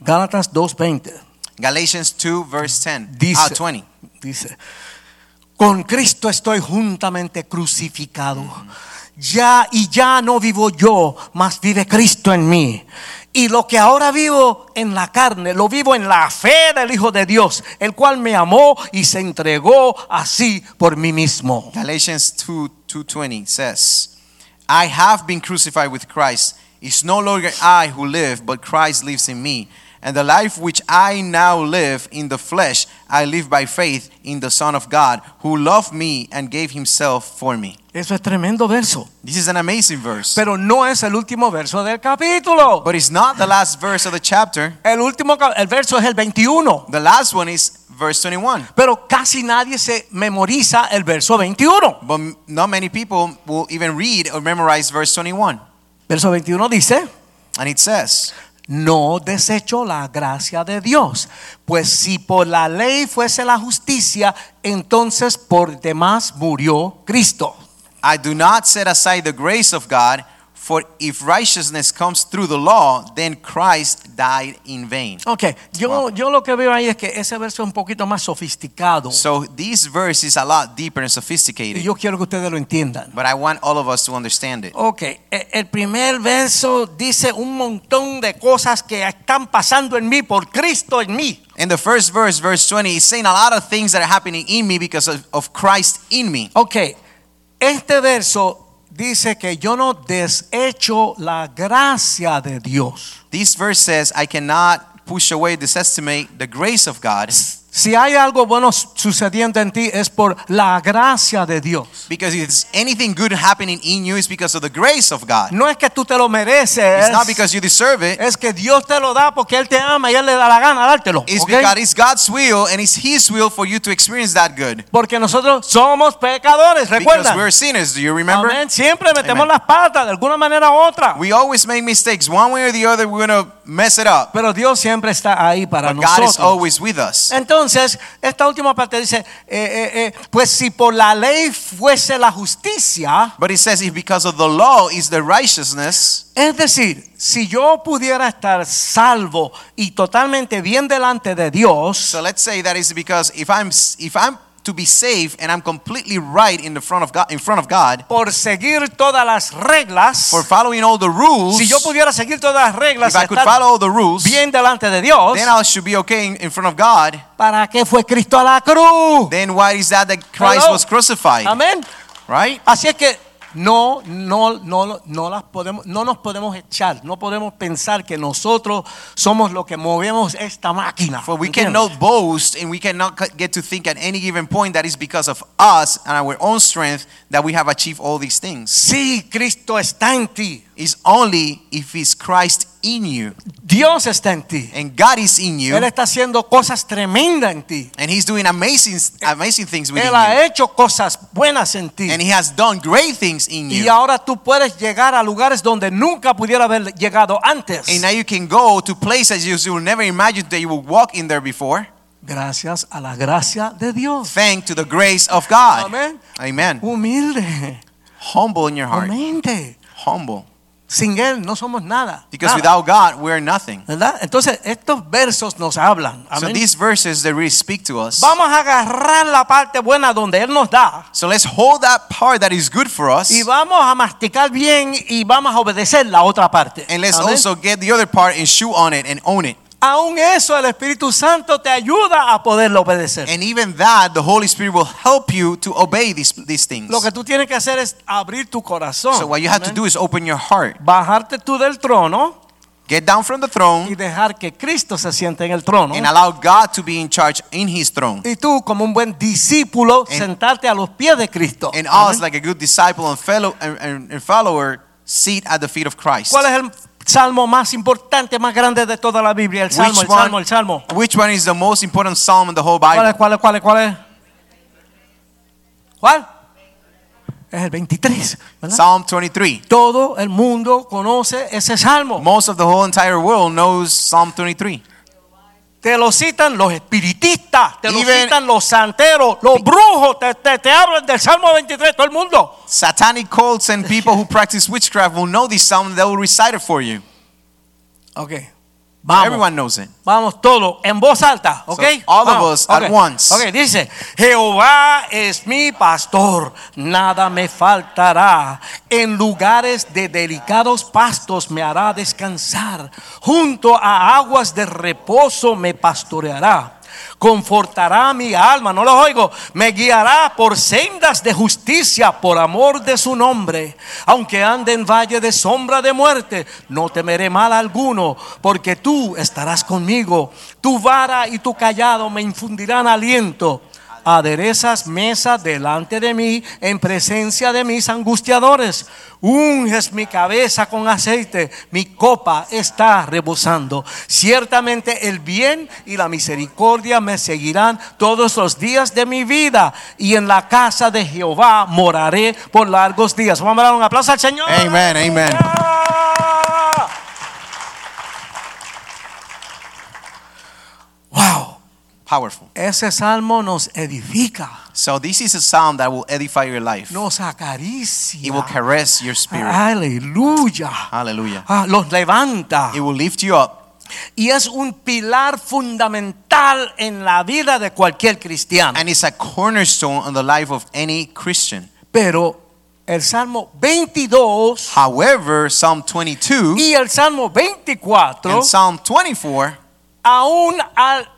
Speaker 2: Gálatas 2.20
Speaker 1: Galatians 2 verse 10.
Speaker 2: Dice-
Speaker 1: Ah, 20.
Speaker 2: dice, con Cristo estoy juntamente crucificado. Ya y ya no vivo yo, mas vive Cristo en mí. Y lo que ahora vivo en la carne, lo vivo en la fe del Hijo de Dios, el cual me amó y se entregó así por mí mismo.
Speaker 1: Galatians 2 2:20 says, "I have been crucified with Christ. It's no longer I who live, but Christ lives in me. And the life which I now live in the flesh, I live by faith in the Son of God, who loved me and gave himself for me."
Speaker 2: Eso es tremendo verso.
Speaker 1: This is an amazing verse.
Speaker 2: Pero no es el último verso del capítulo.
Speaker 1: but it's not the last verse of the chapter.
Speaker 2: El último ca- el verso es el 21.
Speaker 1: The last one is verse 21.
Speaker 2: Pero casi nadie se memoriza el verso 21.
Speaker 1: But m- not many people will even read or memorize verse 21.
Speaker 2: Verso 21 dice,
Speaker 1: And it says,
Speaker 2: no desecho la gracia de Dios, pues si por la ley fuese la justicia, entonces por demás murió Cristo.
Speaker 1: I do not set aside the grace of God, for if righteousness comes through the law, then Christ died in vain.
Speaker 2: Ok, yo,
Speaker 1: Wow.
Speaker 2: yo lo que veo ahí es que ese verso es un poquito más sofisticado.
Speaker 1: So this verse is a lot deeper and
Speaker 2: y
Speaker 1: sophisticated,
Speaker 2: yo quiero que ustedes lo entiendan.
Speaker 1: but I want all of us to understand it.
Speaker 2: Ok, e- el primer verso dice un montón de cosas que están pasando en mí, por Cristo en mí.
Speaker 1: In the first verse, verse 20, it's saying a lot of things that are happening in me because of, of Christ in me.
Speaker 2: Ok, este verso dice que yo no desecho la gracia de Dios.
Speaker 1: This verse says, I cannot push away, desestimate the grace of God
Speaker 2: Si hay algo bueno sucediendo en ti es por la gracia de Dios.
Speaker 1: because if there's anything good happening in you, it's because of the grace of God.
Speaker 2: No es que tú te lo mereces.
Speaker 1: It's not because you deserve it.
Speaker 2: es que Dios te lo da porque Él te ama y Él le da la gana dártelo.
Speaker 1: It's
Speaker 2: ¿ok?
Speaker 1: because it's God's will and it's His will for you to experience that good.
Speaker 2: Porque nosotros somos pecadores,
Speaker 1: Because
Speaker 2: recuerda.
Speaker 1: we're sinners, do you remember?
Speaker 2: Amén. Siempre metemos
Speaker 1: Amen.
Speaker 2: las patas de alguna manera u otra.
Speaker 1: We always make mistakes. One way or the other, we're going to mess it up.
Speaker 2: Pero Dios siempre está ahí para
Speaker 1: But God
Speaker 2: nosotros.
Speaker 1: is always with us.
Speaker 2: Entonces, esta última parte dice, eh, eh, eh, pues si por la ley fuese la justicia,
Speaker 1: But it says, if because of the law is the righteousness,
Speaker 2: es decir, si yo pudiera estar salvo y totalmente bien delante de Dios,
Speaker 1: so let's say that is because if I'm if I'm to be saved and I'm completely right in the front of God, in front of God,
Speaker 2: por seguir todas las reglas,
Speaker 1: for following all the rules,
Speaker 2: si yo pudiera seguir todas las reglas
Speaker 1: if
Speaker 2: y
Speaker 1: I could
Speaker 2: estar
Speaker 1: follow all the rules,
Speaker 2: bien delante de Dios,
Speaker 1: then I should be okay in, in front of God.
Speaker 2: ¿para qué fue Cristo a la cruz?
Speaker 1: Then why is that that Christ
Speaker 2: Hello?
Speaker 1: was crucified,
Speaker 2: Amén.
Speaker 1: right?
Speaker 2: Así es que no, no, no, no, las podemos, no nos podemos echar, no podemos pensar que nosotros somos los que movemos esta máquina.
Speaker 1: For we
Speaker 2: ¿entiendes?
Speaker 1: cannot boast and we cannot c- get to think at any given point that is because of us and our own strength that we have achieved all these things.
Speaker 2: Sí, Cristo está en ti,
Speaker 1: It's only if it's Christ in you
Speaker 2: Dios está en ti,
Speaker 1: and God is in you
Speaker 2: Él está haciendo cosas tremendas en ti,
Speaker 1: and He's doing amazing, amazing things within
Speaker 2: Él ha
Speaker 1: you.
Speaker 2: hecho cosas buenas en ti.
Speaker 1: And He has done great things in
Speaker 2: Y
Speaker 1: you.
Speaker 2: ahora tú puedes llegar a lugares donde nunca pudiera haber llegado antes.
Speaker 1: And now you can go to places you you will never imagine that you will walk in there before,
Speaker 2: Gracias a la gracia de Dios.
Speaker 1: thanks to the grace of God.
Speaker 2: Amen.
Speaker 1: Amen.
Speaker 2: Humilde,
Speaker 1: Humble in your heart.
Speaker 2: humilde.
Speaker 1: Humble.
Speaker 2: Sin Él no somos nada.
Speaker 1: Because
Speaker 2: nada.
Speaker 1: without God, we're nothing.
Speaker 2: ¿Verdad? Entonces, estos versos nos hablan.
Speaker 1: So
Speaker 2: Amén.
Speaker 1: these verses, they really speak to us.
Speaker 2: Vamos a agarrar la parte buena donde Él nos da
Speaker 1: So let's hold that part that is good for us.
Speaker 2: y vamos a masticar bien y vamos a obedecer la otra parte.
Speaker 1: And let's
Speaker 2: Amén.
Speaker 1: also get the other part and chew on it and own it.
Speaker 2: Aún eso el Espíritu Santo te ayuda a poderlo obedecer.
Speaker 1: And even that, the Holy Spirit will help you to obey these, these things.
Speaker 2: Lo que tú tienes que hacer es abrir tu corazón.
Speaker 1: So what you have to
Speaker 2: Amén.
Speaker 1: do is open your heart.
Speaker 2: Bajarte tú del trono
Speaker 1: Get down from the
Speaker 2: y
Speaker 1: throne
Speaker 2: dejar que Cristo se siente en el trono.
Speaker 1: and allow God to be in charge in his throne.
Speaker 2: Y tú como un buen discípulo
Speaker 1: And-
Speaker 2: sentarte a los pies de Cristo.
Speaker 1: And
Speaker 2: Amén.
Speaker 1: us, like a good disciple and fellow and, and- and follower, sit at the feet of Christ.
Speaker 2: ¿Cuál es el salmo más importante, más grande de toda la Biblia. El salmo,
Speaker 1: Which
Speaker 2: el salmo,
Speaker 1: one,
Speaker 2: el salmo.
Speaker 1: which one is the most important psalm in the whole
Speaker 2: ¿Cuál es,
Speaker 1: Bible?
Speaker 2: cuál es, cuál es, cuál es? ¿Cuál? Es el 23, ¿verdad?
Speaker 1: Psalm 23.
Speaker 2: Todo el mundo conoce ese salmo.
Speaker 1: Most of the whole entire world knows Psalm 23.
Speaker 2: Te lo citan los espiritistas, te lo
Speaker 1: Even-
Speaker 2: citan los santeros, los brujos, te, te, te hablan del Salmo 23, todo el mundo.
Speaker 1: Satanic cults and people who practice witchcraft will know this psalm and they will recite it for you.
Speaker 2: Ok. Vamos,
Speaker 1: Everyone knows it.
Speaker 2: vamos todos, en voz alta, ok.
Speaker 1: So, all of
Speaker 2: Vamos,
Speaker 1: us at
Speaker 2: ok.
Speaker 1: once.
Speaker 2: Ok, dice, Jehová es mi pastor, nada me faltará. En lugares de delicados pastos me hará descansar. Junto a aguas de reposo me pastoreará. Confortará mi alma, no los oigo. Me guiará por sendas de justicia por amor de su nombre. Aunque ande en valle de sombra de muerte, no temeré mal alguno, porque tú estarás conmigo. Tu vara y tu callado me infundirán aliento. Aderezas mesa delante de mí en presencia de mis angustiadores. Unges mi cabeza con aceite, mi copa está rebosando. Ciertamente el bien y la misericordia me seguirán todos los días de mi vida y en la casa de Jehová moraré por largos días. Vamos a dar un aplauso al Señor.
Speaker 1: Amen, amen.
Speaker 2: Wow,
Speaker 1: Powerful.
Speaker 2: ese salmo nos edifica.
Speaker 1: So this is a psalm that will edify your life.
Speaker 2: nos acaricia.
Speaker 1: It will caress your
Speaker 2: Ah.
Speaker 1: spirit.
Speaker 2: Aleluya.
Speaker 1: Hallelujah.
Speaker 2: Ah, los levanta.
Speaker 1: It will lift you up
Speaker 2: Y es un pilar fundamental en la vida de cualquier cristiano.
Speaker 1: and it's a cornerstone on the life of any Christian.
Speaker 2: Pero el Salmo 22
Speaker 1: However, Psalm 22
Speaker 2: y el Salmo 24
Speaker 1: and Psalm 24
Speaker 2: aún al-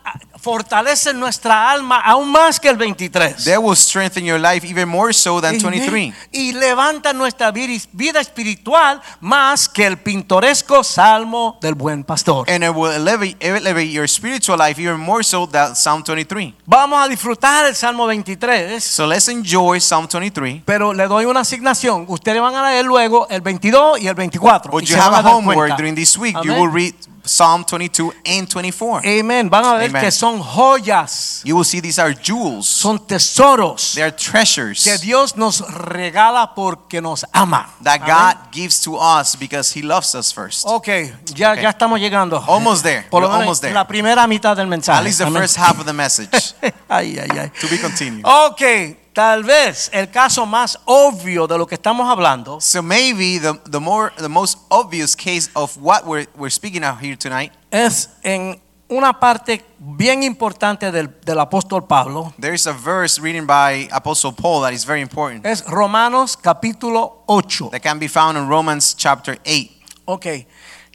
Speaker 2: fortalecen nuestra alma aún más que el 23.
Speaker 1: That will strengthen your life even more so than
Speaker 2: Amen.
Speaker 1: 23.
Speaker 2: Y levanta nuestra vid- vida espiritual más que el pintoresco Salmo del Buen Pastor.
Speaker 1: And it will elevate, elevate your spiritual life even more so than Psalm 23.
Speaker 2: Vamos a disfrutar el Salmo 23,
Speaker 1: So let's enjoy Psalm 23.
Speaker 2: pero le doy una asignación. Ustedes van a leer luego el 22 y el 24. y
Speaker 1: But
Speaker 2: se
Speaker 1: you
Speaker 2: van
Speaker 1: have
Speaker 2: a
Speaker 1: a
Speaker 2: dar
Speaker 1: homework
Speaker 2: cuenta.
Speaker 1: during this week. You
Speaker 2: Amén. Eh.
Speaker 1: will read Psalm 22 and 24.
Speaker 2: Amén. Van a ver
Speaker 1: Amen.
Speaker 2: que son joyas,
Speaker 1: You will see these are jewels.
Speaker 2: son tesoros
Speaker 1: They are treasures
Speaker 2: que Dios nos regala porque nos ama.
Speaker 1: that
Speaker 2: Amén. Oh.
Speaker 1: God gives to us because He loves us first.
Speaker 2: Ok, ya,
Speaker 1: Okay.
Speaker 2: ya estamos llegando.
Speaker 1: Almost there.
Speaker 2: Por lo
Speaker 1: We're
Speaker 2: menos
Speaker 1: almost there.
Speaker 2: la primera mitad del mensaje.
Speaker 1: At least the
Speaker 2: Amén.
Speaker 1: first half of the message.
Speaker 2: ay, ay, ay.
Speaker 1: To be continued.
Speaker 2: Ok, tal vez el caso más obvio de lo que estamos hablando
Speaker 1: So maybe the, the more the most obvious case of what we're, we're speaking out here tonight
Speaker 2: es en una parte bien importante del, del apóstol Pablo.
Speaker 1: There's a verse written by Apostle Paul that is very important
Speaker 2: Es Romanos capítulo 8.
Speaker 1: that can be found in Romans chapter 8.
Speaker 2: Ok.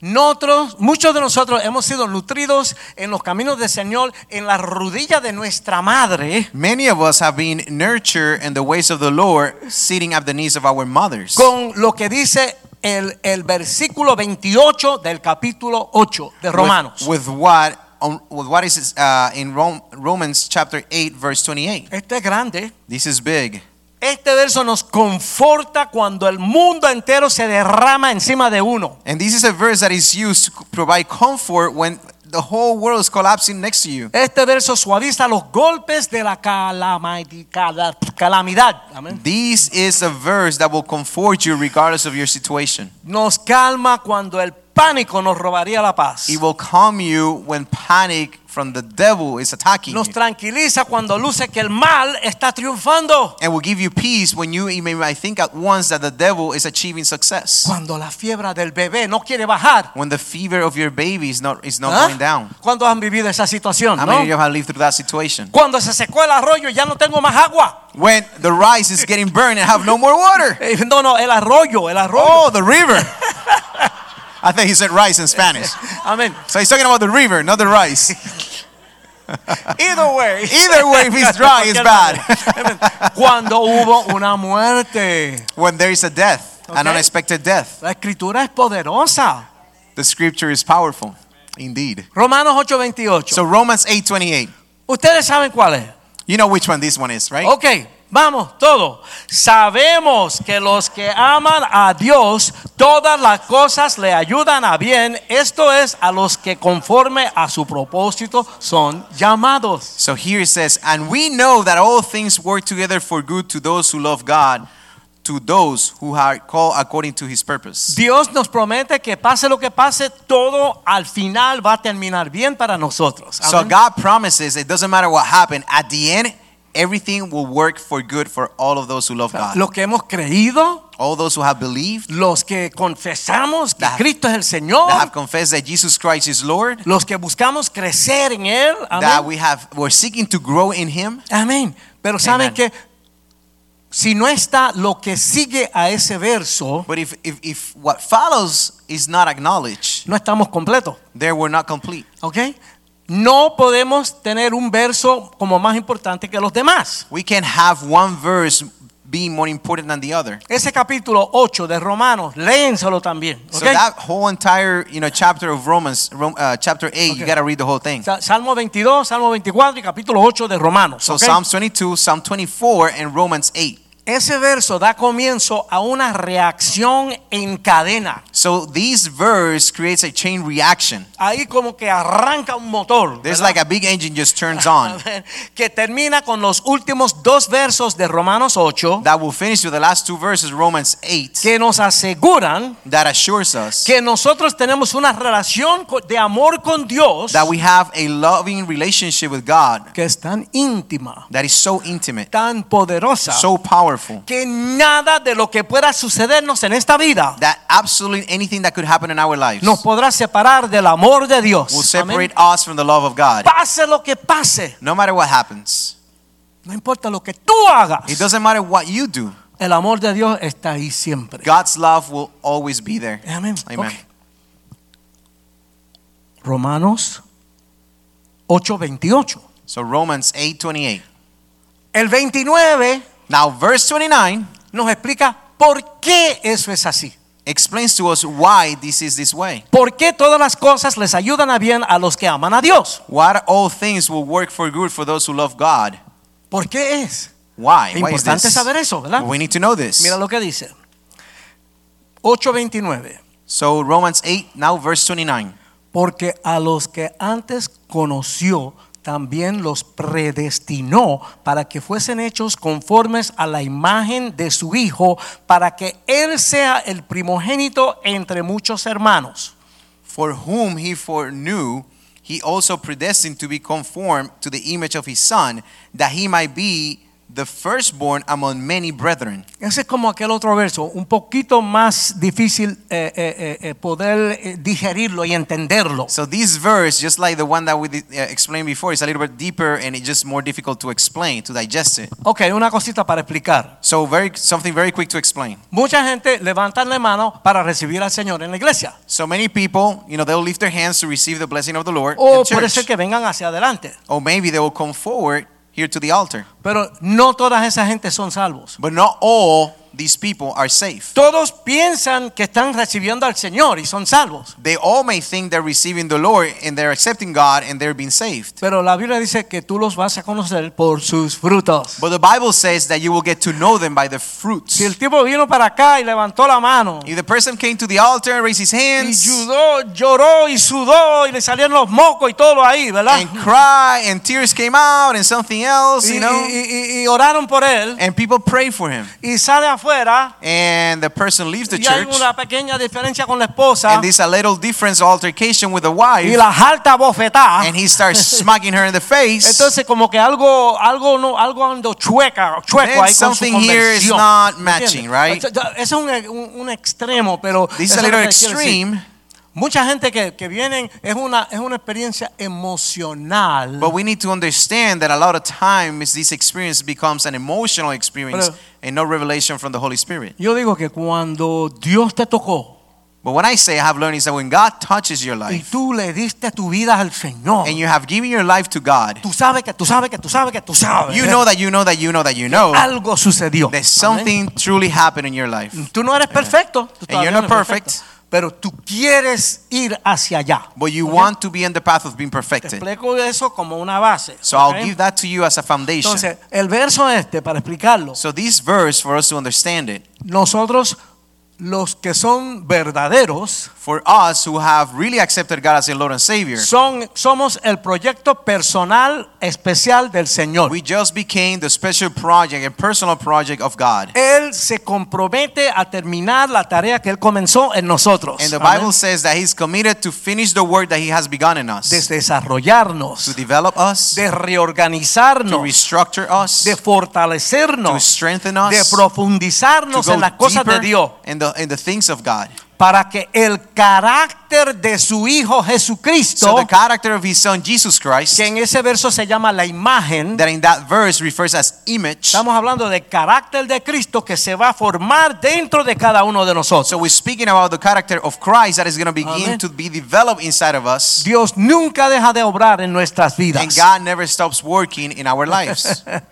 Speaker 2: Nosotros, muchos de nosotros hemos sido nutridos en los caminos del Señor, en la rodilla de nuestra madre,
Speaker 1: Many of us have been nurtured in the ways of the Lord, sitting at the knees of our mothers.
Speaker 2: con lo que dice el, el versículo 28 del capítulo 8 de
Speaker 1: With-
Speaker 2: Romanos.
Speaker 1: With, what on, with what is uh, in Rom, Romans chapter 8 verse 28.
Speaker 2: este es grande.
Speaker 1: This is big.
Speaker 2: Este verso nos conforta cuando el mundo entero se derrama encima de uno.
Speaker 1: And this is a verse that is used to provide comfort when the whole world is collapsing next to you.
Speaker 2: Este verso suaviza los golpes de la calamadi- cala- calamidad. Amén.
Speaker 1: This is a verse that will comfort you regardless of your situation.
Speaker 2: Nos calma cuando el pánico nos robaría la paz.
Speaker 1: It will calm you when panic from the devil is attacking
Speaker 2: Nos
Speaker 1: you.
Speaker 2: tranquiliza cuando luce que el mal está triunfando.
Speaker 1: And will give you peace when you even might think at once that the devil is achieving success.
Speaker 2: Cuando la fiebre del bebé no quiere bajar.
Speaker 1: When the fever of your baby is not is not
Speaker 2: ¿Ah?
Speaker 1: going down.
Speaker 2: ¿Cuándo han vivido esa situación?
Speaker 1: How
Speaker 2: no?
Speaker 1: many of you have lived through that situation?
Speaker 2: Cuando se secó el arroyo y ya no tengo más agua.
Speaker 1: When the rice is getting burned and have no more water.
Speaker 2: Eh, No, no, el arroyo, el arroyo.
Speaker 1: Oh, the river. I think he said rice in Spanish.
Speaker 2: Amén.
Speaker 1: So he's talking about the river, not the rice.
Speaker 2: Either way.
Speaker 1: Either way, if it's dry, it's bad.
Speaker 2: Cuando hubo una muerte.
Speaker 1: when there is a death, an
Speaker 2: Okay.
Speaker 1: unexpected death,
Speaker 2: La escritura es poderosa.
Speaker 1: the scripture is powerful. Indeed.
Speaker 2: Romanos 8:28.
Speaker 1: So Romans 8:28.
Speaker 2: Ustedes saben cuál es.
Speaker 1: You know which one this one is, right?
Speaker 2: Ok, Vamos, todo. Sabemos que los que aman a Dios, todas las cosas le ayudan a bien. Esto es a los que conforme a su propósito son llamados.
Speaker 1: So here it says, And we know that all things work together for good to those who love God, to those who are called according to his purpose.
Speaker 2: Dios nos promete que pase lo que pase, todo al final va a terminar bien para nosotros.
Speaker 1: So
Speaker 2: Amén.
Speaker 1: God promises it doesn't matter what happened, at the end, everything will work for good for all of those who love God.
Speaker 2: Los que hemos creído,
Speaker 1: All those who have believed,
Speaker 2: los que confesamos que
Speaker 1: That-
Speaker 2: Cristo es el
Speaker 1: that have
Speaker 2: Señor,
Speaker 1: confessed that Jesus Christ is Lord,
Speaker 2: los que buscamos crecer en Él.
Speaker 1: that
Speaker 2: Amén.
Speaker 1: we have we're seeking to grow in him.
Speaker 2: Amén. Pero saben
Speaker 1: Amen.
Speaker 2: que si no está lo que sigue a ese verso,
Speaker 1: But if, if, if what follows is not acknowledged,
Speaker 2: no estamos completos.
Speaker 1: there we're not complete.
Speaker 2: ¿Ok? No podemos tener un verso como más importante que los demás.
Speaker 1: We can have one verse be more important than the other.
Speaker 2: Ese capítulo 8 de Romanos, léenselo también. ¿ok?
Speaker 1: So that whole entire you know chapter of Romans, Rom, uh, chapter eight,
Speaker 2: Okay.
Speaker 1: you gotta read the whole thing.
Speaker 2: Sa- Salmo 22, Salmo 24 y capítulo 8 de Romanos.
Speaker 1: So
Speaker 2: ¿ok?
Speaker 1: Psalms 22, Psalm 24, and Romans 8.
Speaker 2: Ese verso da comienzo a una reacción en cadena.
Speaker 1: So these verse creates a chain reaction.
Speaker 2: Ahí como que arranca un motor.
Speaker 1: There's
Speaker 2: ¿verdad?
Speaker 1: like a big engine just turns on
Speaker 2: que termina con los últimos dos versos de Romanos 8
Speaker 1: that will finish with the last two verses, Romans 8,
Speaker 2: que nos aseguran
Speaker 1: that assures us
Speaker 2: que nosotros tenemos una relación co- de amor con Dios
Speaker 1: that we have a loving relationship with God
Speaker 2: que es tan íntima,
Speaker 1: that is so intimate,
Speaker 2: tan poderosa,
Speaker 1: so powerful,
Speaker 2: que nada de lo que pueda sucedernos en esta vida
Speaker 1: that absolutely anything that could happen in our lives
Speaker 2: nos
Speaker 1: will
Speaker 2: podrá separar del amor de Dios.
Speaker 1: separate
Speaker 2: Amén.
Speaker 1: us from the love of God.
Speaker 2: Pase lo que pase,
Speaker 1: No matter what happens,
Speaker 2: no importa lo que tú hagas,
Speaker 1: it doesn't matter what you do.
Speaker 2: el amor de Dios está ahí siempre.
Speaker 1: God's love will always be there.
Speaker 2: Amén.
Speaker 1: Amen.
Speaker 2: Ok. Romanos 8:28.
Speaker 1: So Romans 8:28.
Speaker 2: El 29
Speaker 1: Now verse 29
Speaker 2: nos explica por qué eso es así.
Speaker 1: explains to us why this is this way.
Speaker 2: ¿Por qué todas las cosas les ayudan a bien a los que aman a Dios?
Speaker 1: What all things will work for good for those who love God.
Speaker 2: ¿Por qué es?
Speaker 1: Why? Why is
Speaker 2: Importante
Speaker 1: this?
Speaker 2: saber eso, ¿verdad?
Speaker 1: We need to know this.
Speaker 2: Mira lo que dice. 8:29.
Speaker 1: So Romans 8 now verse 29.
Speaker 2: Porque a los que antes conoció también los predestinó para que fuesen hechos conformes a la imagen de su Hijo, para que Él sea el primogénito entre muchos hermanos.
Speaker 1: For whom he foreknew, he also predestined to be conformed to the image of his son, that he might be the firstborn among many brethren.
Speaker 2: Ese es como aquel otro verso, un poquito más difícil eh, eh, eh, eh, poder eh, digerirlo y entenderlo.
Speaker 1: So this verse, just like the one that we did- uh, explained before, is a little bit deeper and it's just more difficult to explain, to digest it.
Speaker 2: Ok, una cosita para explicar.
Speaker 1: So very something very quick to explain.
Speaker 2: Mucha gente levanta la mano para recibir al Señor en la iglesia.
Speaker 1: So many people, you know, they'll lift their hands to receive the blessing of the Lord
Speaker 2: O
Speaker 1: in
Speaker 2: puede ser
Speaker 1: church.
Speaker 2: que vengan hacia adelante.
Speaker 1: Or maybe they will come forward here to the altar.
Speaker 2: Pero no todas esas gentes son salvos.
Speaker 1: But not all these people are safe.
Speaker 2: Todos piensan que están recibiendo al Señor y son salvos.
Speaker 1: They all may think they're receiving the Lord and they're accepting God and they're being saved.
Speaker 2: Pero la Biblia dice que tú los vas a conocer por sus frutos.
Speaker 1: But the Bible says that you will get to know them by the fruits.
Speaker 2: Si el tipo vino para acá y levantó la mano
Speaker 1: If the person came to the altar and raised his
Speaker 2: y
Speaker 1: hands
Speaker 2: lloró, lloró y sudó y le salían los mocos y todo ahí, ¿verdad?
Speaker 1: and cried and tears came out and something else,
Speaker 2: Y,
Speaker 1: you know,
Speaker 2: y- y- y oraron por él
Speaker 1: and people pray for him.
Speaker 2: y sale afuera
Speaker 1: And the person leaves the
Speaker 2: y hay
Speaker 1: church
Speaker 2: una pequeña diferencia con la esposa
Speaker 1: and there's a little difference altercation with the wife.
Speaker 2: y la jalta bofetada.
Speaker 1: and he starts smacking her in the face.
Speaker 2: Entonces como que algo algo no algo ando chueca, chueco
Speaker 1: Then
Speaker 2: ahí con su
Speaker 1: something here is
Speaker 2: conversión.
Speaker 1: not
Speaker 2: ¿Me
Speaker 1: matching,
Speaker 2: entiendes?
Speaker 1: right?
Speaker 2: Eso es un, un- un extremo, pero
Speaker 1: this is
Speaker 2: eso
Speaker 1: a
Speaker 2: es lo
Speaker 1: little
Speaker 2: que quiero decir.
Speaker 1: extreme,
Speaker 2: Mucha gente que, que vienen es una es una experiencia emocional.
Speaker 1: but we need to understand that a lot of times this experience becomes an emotional experience
Speaker 2: Pero-
Speaker 1: and no revelation from the Holy Spirit.
Speaker 2: Yo digo que cuando Dios te tocó
Speaker 1: But what I say I have learned is that when God touches your
Speaker 2: y
Speaker 1: life
Speaker 2: tú le diste tu vida al Señor,
Speaker 1: and you have given your life to God,
Speaker 2: tú sabes que tú sabes que tú sabes que tú sabes.
Speaker 1: you know that you know that you know that you know
Speaker 2: algo sucedió.
Speaker 1: that something truly happened in your life.
Speaker 2: Tú no eres perfecto. tú
Speaker 1: And you're
Speaker 2: todavía
Speaker 1: not
Speaker 2: no eres perfecto.
Speaker 1: perfect.
Speaker 2: pero tú quieres ir hacia allá.
Speaker 1: but you want to be on the path of being perfected.
Speaker 2: Explico eso como una base.
Speaker 1: So
Speaker 2: ¿ok?
Speaker 1: I'll give that to you as a foundation.
Speaker 2: Entonces, el verso este, para explicarlo,
Speaker 1: so this verse, for us to understand it,
Speaker 2: nosotros los que son verdaderos
Speaker 1: for us who have really accepted God as your Lord and Savior,
Speaker 2: son, somos el proyecto personal especial del Señor.
Speaker 1: we just became the special project and personal project of God.
Speaker 2: Él se compromete a terminar la tarea que Él comenzó en nosotros.
Speaker 1: And the
Speaker 2: Amén.
Speaker 1: Bible says that He's committed to finish the work that He has begun in us,
Speaker 2: de desarrollarnos,
Speaker 1: to develop us,
Speaker 2: de
Speaker 1: to
Speaker 2: reorganizarnos,
Speaker 1: restructure us,
Speaker 2: de
Speaker 1: to
Speaker 2: fortalecernos,
Speaker 1: strengthen
Speaker 2: de
Speaker 1: us, to
Speaker 2: profundizarnos en las
Speaker 1: go
Speaker 2: cosas de
Speaker 1: deeper
Speaker 2: Dios,
Speaker 1: in the, in the things of God.
Speaker 2: para que el carácter de su Hijo
Speaker 1: So the
Speaker 2: Jesucristo,
Speaker 1: character of His Son Jesus Christ,
Speaker 2: que en ese verso se llama la imagen,
Speaker 1: that in that verse refers as image.
Speaker 2: estamos hablando del carácter de Cristo que se va a formar dentro de cada uno de
Speaker 1: So
Speaker 2: nosotros.
Speaker 1: we're speaking about the character of Christ that is going to begin
Speaker 2: Amen.
Speaker 1: to be developed inside of us.
Speaker 2: Dios nunca deja de obrar en nuestras vidas.
Speaker 1: And God never stops working in our lives. Amen.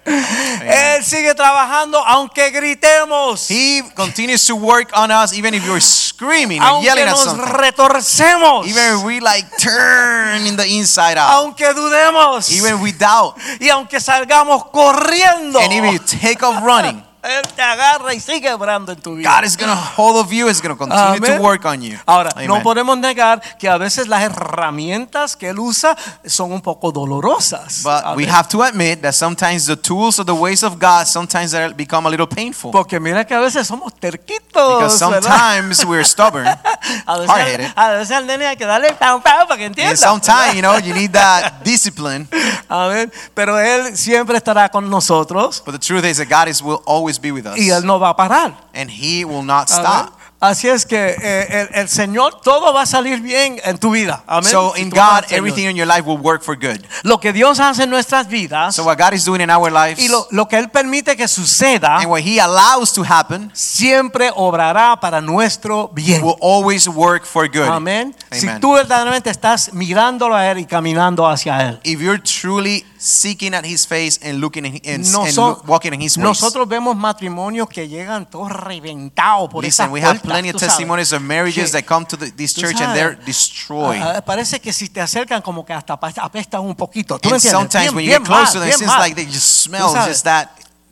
Speaker 2: Él sigue trabajando aunque gritemos,
Speaker 1: he continues to work on us even if you're screaming or
Speaker 2: aunque
Speaker 1: yelling at
Speaker 2: nos
Speaker 1: something.
Speaker 2: retorcemos,
Speaker 1: Even if we like turn in the inside out.
Speaker 2: aunque dudemos
Speaker 1: Even if we doubt.
Speaker 2: y aunque salgamos corriendo,
Speaker 1: And even if you take off running.
Speaker 2: Él te agarra y sigue obrando en tu vida.
Speaker 1: God is going to hold of you is going to continue
Speaker 2: Amen.
Speaker 1: to work on you.
Speaker 2: Ahora, no
Speaker 1: Amen.
Speaker 2: podemos negar que a veces las herramientas que él usa son un poco dolorosas.
Speaker 1: but we
Speaker 2: Amén.
Speaker 1: have to admit that sometimes the tools or the ways of God sometimes they become a little painful.
Speaker 2: Porque mira que a veces somos
Speaker 1: Because
Speaker 2: terquitos. ¿verdad?
Speaker 1: sometimes we're stubborn.
Speaker 2: a, veces, al-
Speaker 1: hard-headed.
Speaker 2: a veces al nene hay que darle pam pam para que entienda.
Speaker 1: And sometimes, you know, you need that discipline.
Speaker 2: Amén. Pero él siempre estará con nosotros
Speaker 1: But the truth is that God is will always be with us.
Speaker 2: y él no va a parar.
Speaker 1: And He will not
Speaker 2: Amén.
Speaker 1: stop.
Speaker 2: Así es que eh, el, el Señor todo va a salir bien en tu vida. Amén.
Speaker 1: So
Speaker 2: Si
Speaker 1: in
Speaker 2: tú amas
Speaker 1: God,
Speaker 2: al Señor.
Speaker 1: everything in your life will work for good.
Speaker 2: lo que Dios hace en nuestras vidas
Speaker 1: So what God is doing in our lives
Speaker 2: y lo, lo que él permite que suceda
Speaker 1: and what He allows to happen
Speaker 2: siempre obrará para nuestro bien.
Speaker 1: will always work for good.
Speaker 2: Amén. Si
Speaker 1: Amen.
Speaker 2: tú verdaderamente estás mirándolo a él y caminando hacia él.
Speaker 1: If you're truly seeking at His face and looking in, and, and
Speaker 2: Noso-
Speaker 1: look- walking in His ways,
Speaker 2: nosotros vemos matrimonios que llegan todos reventados por esas
Speaker 1: listen, we have
Speaker 2: puertas,
Speaker 1: plenty of
Speaker 2: tú sabes.
Speaker 1: testimonies of marriages
Speaker 2: Que-
Speaker 1: that come to the, this
Speaker 2: tú
Speaker 1: church and they're
Speaker 2: sabes,
Speaker 1: destroyed.
Speaker 2: ah, ah, parece que si te acercan como que hasta pa- apestan un poquito. ¿Tú me
Speaker 1: And
Speaker 2: entiendes?
Speaker 1: sometimes
Speaker 2: Bien-
Speaker 1: when you
Speaker 2: bien
Speaker 1: get close to
Speaker 2: mal,
Speaker 1: them,
Speaker 2: bien
Speaker 1: it seems
Speaker 2: mal.
Speaker 1: like they just smell
Speaker 2: sabes,
Speaker 1: just that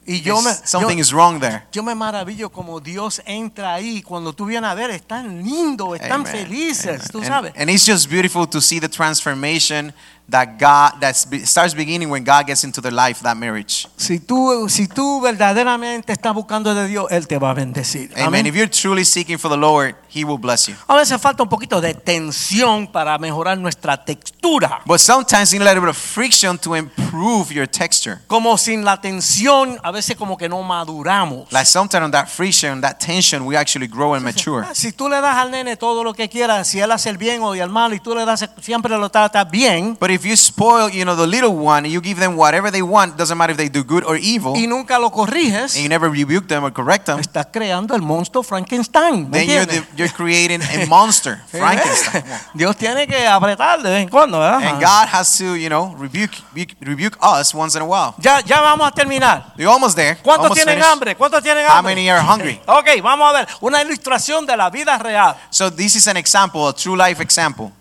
Speaker 2: y yo me,
Speaker 1: there's- something
Speaker 2: yo,
Speaker 1: is wrong there.
Speaker 2: yo me maravillo como Dios entra ahí. Cuando tú vienes a ver, están lindos, están
Speaker 1: Amen.
Speaker 2: felices,
Speaker 1: Amen.
Speaker 2: tú
Speaker 1: and,
Speaker 2: sabes.
Speaker 1: and it's just beautiful to see the transformation that God that starts beginning when God gets into their life, that marriage.
Speaker 2: Si tú, si tú verdaderamente estás buscando de Dios, Él te va a bendecir.
Speaker 1: Amen.
Speaker 2: Amén.
Speaker 1: If you're truly seeking for the Lord, He will bless you.
Speaker 2: A veces falta un poquito de tensión para mejorar nuestra textura.
Speaker 1: But sometimes you need a little bit of friction to improve your texture.
Speaker 2: Como sin la tensión, a veces como que no maduramos.
Speaker 1: Like sometimes on that friction, that tension, we actually grow and mature.
Speaker 2: Ah, Si tú le das al nene todo lo que quiera, si él hace el bien o el mal y tú le das siempre lo tratas bien
Speaker 1: But if you spoil, you know, the little one, you give them whatever they want, doesn't matter if they do good or evil,
Speaker 2: y
Speaker 1: and
Speaker 2: nunca lo corriges,
Speaker 1: you never rebuke them or correct them,
Speaker 2: estás creando el monstruo Frankenstein. ¿me
Speaker 1: then you're,
Speaker 2: entiendes?
Speaker 1: the, you're creating a monster,
Speaker 2: Sí,
Speaker 1: Frankenstein.
Speaker 2: ¿eh? Dios tiene que apretar de vez en cuando, ¿verdad?
Speaker 1: And God has to, you know, rebuke rebuke, rebuke us once in a while.
Speaker 2: Ya, ya vamos a terminar.
Speaker 1: You're almost there.
Speaker 2: ¿Cuántos
Speaker 1: almost
Speaker 2: tienen
Speaker 1: finished.
Speaker 2: hambre? ¿Cuántos tienen
Speaker 1: How
Speaker 2: hambre?
Speaker 1: many are hungry?
Speaker 2: Ok, vamos a ver una ilustración de la vida real.
Speaker 1: So this is an example, a true life example.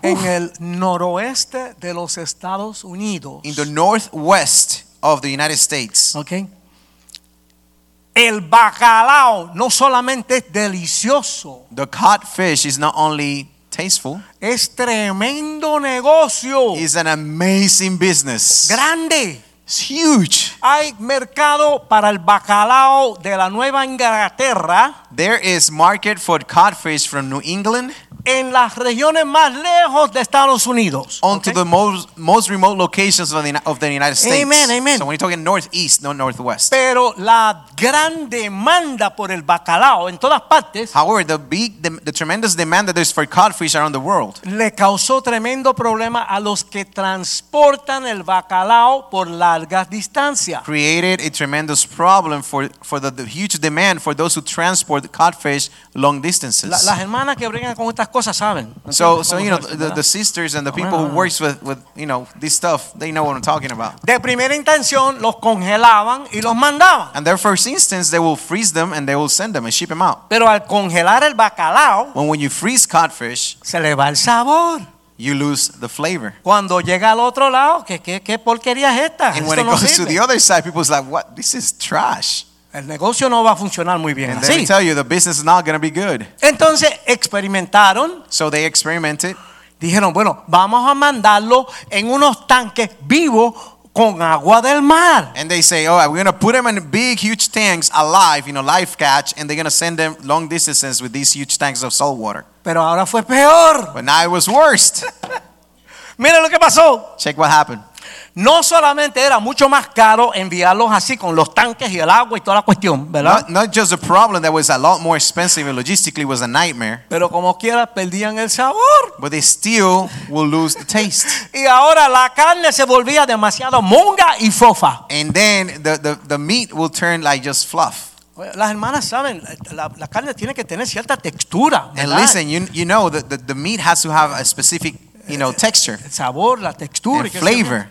Speaker 2: En el noroeste de los Estados Unidos.
Speaker 1: In the northwest of the United States,
Speaker 2: Ok. El bacalao no solamente es delicioso,
Speaker 1: the codfish is not only tasteful,
Speaker 2: es tremendo negocio.
Speaker 1: it's an amazing business.
Speaker 2: grande.
Speaker 1: It's huge.
Speaker 2: Hay mercado para el bacalao de la Nueva Inglaterra
Speaker 1: There is market for codfish from New England
Speaker 2: en las regiones más lejos de Estados Unidos.
Speaker 1: onto
Speaker 2: Ok.
Speaker 1: the most most remote locations of the, of the United States.
Speaker 2: Amen, amen.
Speaker 1: So when you're talking northeast, not northwest.
Speaker 2: Pero la gran demanda por el bacalao en todas partes
Speaker 1: However, the big, the, the tremendous demand that there's for codfish around the world
Speaker 2: le causó tremendo problema a los que transportan el bacalao por largas distancias.
Speaker 1: created a tremendous problem for, for the, the huge demand for those who transport codfish long distances.
Speaker 2: La- las hermanas que bregan con estas cosas saben.
Speaker 1: So,
Speaker 2: ¿entiendes?
Speaker 1: so
Speaker 2: Son
Speaker 1: you know,
Speaker 2: mujeres,
Speaker 1: the,
Speaker 2: ¿verdad?
Speaker 1: the sisters and the people who works with, with, you know, this stuff, they know what I'm talking about.
Speaker 2: de primera intención los congelaban y los mandaban.
Speaker 1: And their first instance, they will freeze them and they will send them and ship them out.
Speaker 2: Pero al congelar el bacalao,
Speaker 1: When when you freeze codfish,
Speaker 2: se le va el sabor.
Speaker 1: you lose the flavor.
Speaker 2: Cuando llega al otro lado, ¿qué, qué, qué porquería es esta?
Speaker 1: And
Speaker 2: Esto
Speaker 1: when it
Speaker 2: Ah, no
Speaker 1: goes to
Speaker 2: sirve.
Speaker 1: the other side, people's like, "What? This is trash."
Speaker 2: El negocio no va a funcionar muy bien
Speaker 1: And they
Speaker 2: así.
Speaker 1: tell you the business is not going to be good.
Speaker 2: Entonces experimentaron,
Speaker 1: So they experimented.
Speaker 2: dijeron, bueno, vamos a mandarlo en unos tanques vivos con agua del mar.
Speaker 1: And they say, "Oh, we're gonna put them in big, huge tanks, alive, you know, life catch, and they're gonna send them long distances with these huge tanks of salt water."
Speaker 2: Pero ahora fue peor.
Speaker 1: But now it was worst.
Speaker 2: Mira lo que pasó.
Speaker 1: Check what happened.
Speaker 2: No solamente era mucho más caro enviarlos así con los tanques y el agua y toda la cuestión, ¿verdad?
Speaker 1: Not, not just a problem that was a lot more expensive and logistically was a nightmare,
Speaker 2: Pero como quiera perdían el sabor.
Speaker 1: but they still will lose the taste.
Speaker 2: Y ahora la carne se volvía demasiado monga y fofa.
Speaker 1: And then the, the, the meat will turn like just fluff.
Speaker 2: Oye, Las hermanas saben, la, la carne tiene que tener cierta textura.
Speaker 1: And
Speaker 2: ¿verdad?
Speaker 1: listen, you, you know that the, the meat has to have a specific, you know, texture
Speaker 2: El sabor, la textura.
Speaker 1: and
Speaker 2: y qué sé yo.
Speaker 1: flavor.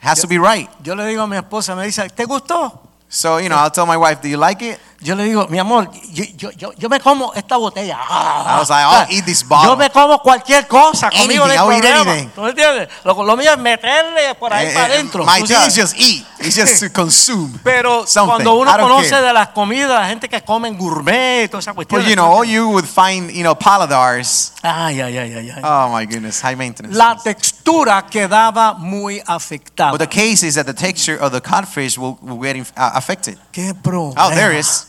Speaker 1: Has to be right.
Speaker 2: Yo le digo a mi esposa, me dice, ¿te gustó?
Speaker 1: So, you know, I'll tell my wife, do you like it?
Speaker 2: Yo le digo, mi amor, yo, yo, yo, yo me como esta botella.
Speaker 1: I was like, I'll eat this bottle.
Speaker 2: Yo me como cualquier cosa. Conmigo no hay
Speaker 1: Anything, I'll eat
Speaker 2: problema.
Speaker 1: anything.
Speaker 2: ¿Tú me entiendes? Lo, lo mío es meterle por ahí
Speaker 1: Eh,
Speaker 2: para
Speaker 1: eh,
Speaker 2: adentro.
Speaker 1: My
Speaker 2: tú
Speaker 1: thing
Speaker 2: sabes.
Speaker 1: is just eat. It's just to consume.
Speaker 2: Pero
Speaker 1: something.
Speaker 2: cuando
Speaker 1: I
Speaker 2: uno
Speaker 1: don't
Speaker 2: conoce
Speaker 1: care.
Speaker 2: de las comidas, la gente que come gourmet y toda esa cuestión.
Speaker 1: Well, you know, all you would find, you know, paladars.
Speaker 2: Ay, ay, ay, ay, ay.
Speaker 1: Oh my goodness, high maintenance.
Speaker 2: La textura quedaba muy afectada.
Speaker 1: But the case is that the texture of the codfish will, will get inf- uh, affected.
Speaker 2: Qué problema.
Speaker 1: Oh, there is.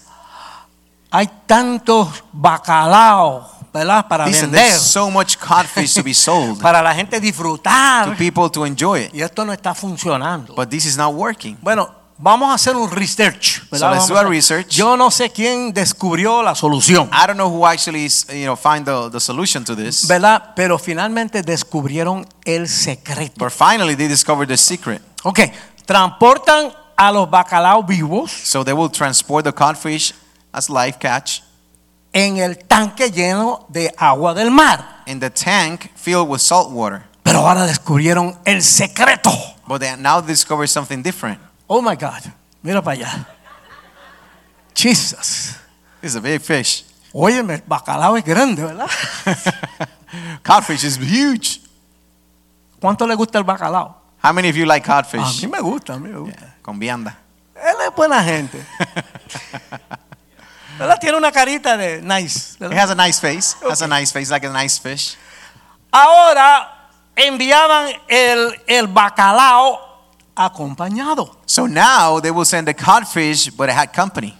Speaker 2: Hay tantos bacalao, ¿verdad? Para
Speaker 1: Listen,
Speaker 2: vender,
Speaker 1: there's so much codfish to be sold
Speaker 2: para la gente
Speaker 1: to
Speaker 2: disfrutar.
Speaker 1: people to enjoy it.
Speaker 2: Y esto no está funcionando.
Speaker 1: But this is not working.
Speaker 2: Bueno, vamos a hacer un research. Ah. ¿verdad? Vamos
Speaker 1: let's do a
Speaker 2: a-
Speaker 1: research.
Speaker 2: Yo no sé quién descubrió la solución,
Speaker 1: I don't know who actually is, you know find the, the solution to this.
Speaker 2: ¿verdad? Pero finalmente descubrieron el secreto.
Speaker 1: But finally, they discovered the secret.
Speaker 2: Ok, transportan a los bacalao vivos
Speaker 1: So they will transport the codfish as live catch
Speaker 2: en el tanque lleno de agua del mar.
Speaker 1: in the tank filled with salt water.
Speaker 2: Pero ahora descubrieron el secreto.
Speaker 1: But they now discover something different.
Speaker 2: Oh my God, mira para allá. Jesus.
Speaker 1: It's a big fish.
Speaker 2: Oye, el bacalao es grande, ¿verdad?
Speaker 1: codfish is huge.
Speaker 2: ¿Cuánto le gusta el bacalao?
Speaker 1: How many of you like codfish?
Speaker 2: A mí me gusta, a mí Ah, me gusta.
Speaker 1: Con vianda.
Speaker 2: Él es buena gente. ¿Verdad? Tiene una carita de nice.
Speaker 1: It
Speaker 2: ¿verdad?
Speaker 1: has a nice face. Has a nice face, like a nice fish.
Speaker 2: Ahora enviaban el, el bacalao acompañado.
Speaker 1: So now they will send the codfish, but it had company.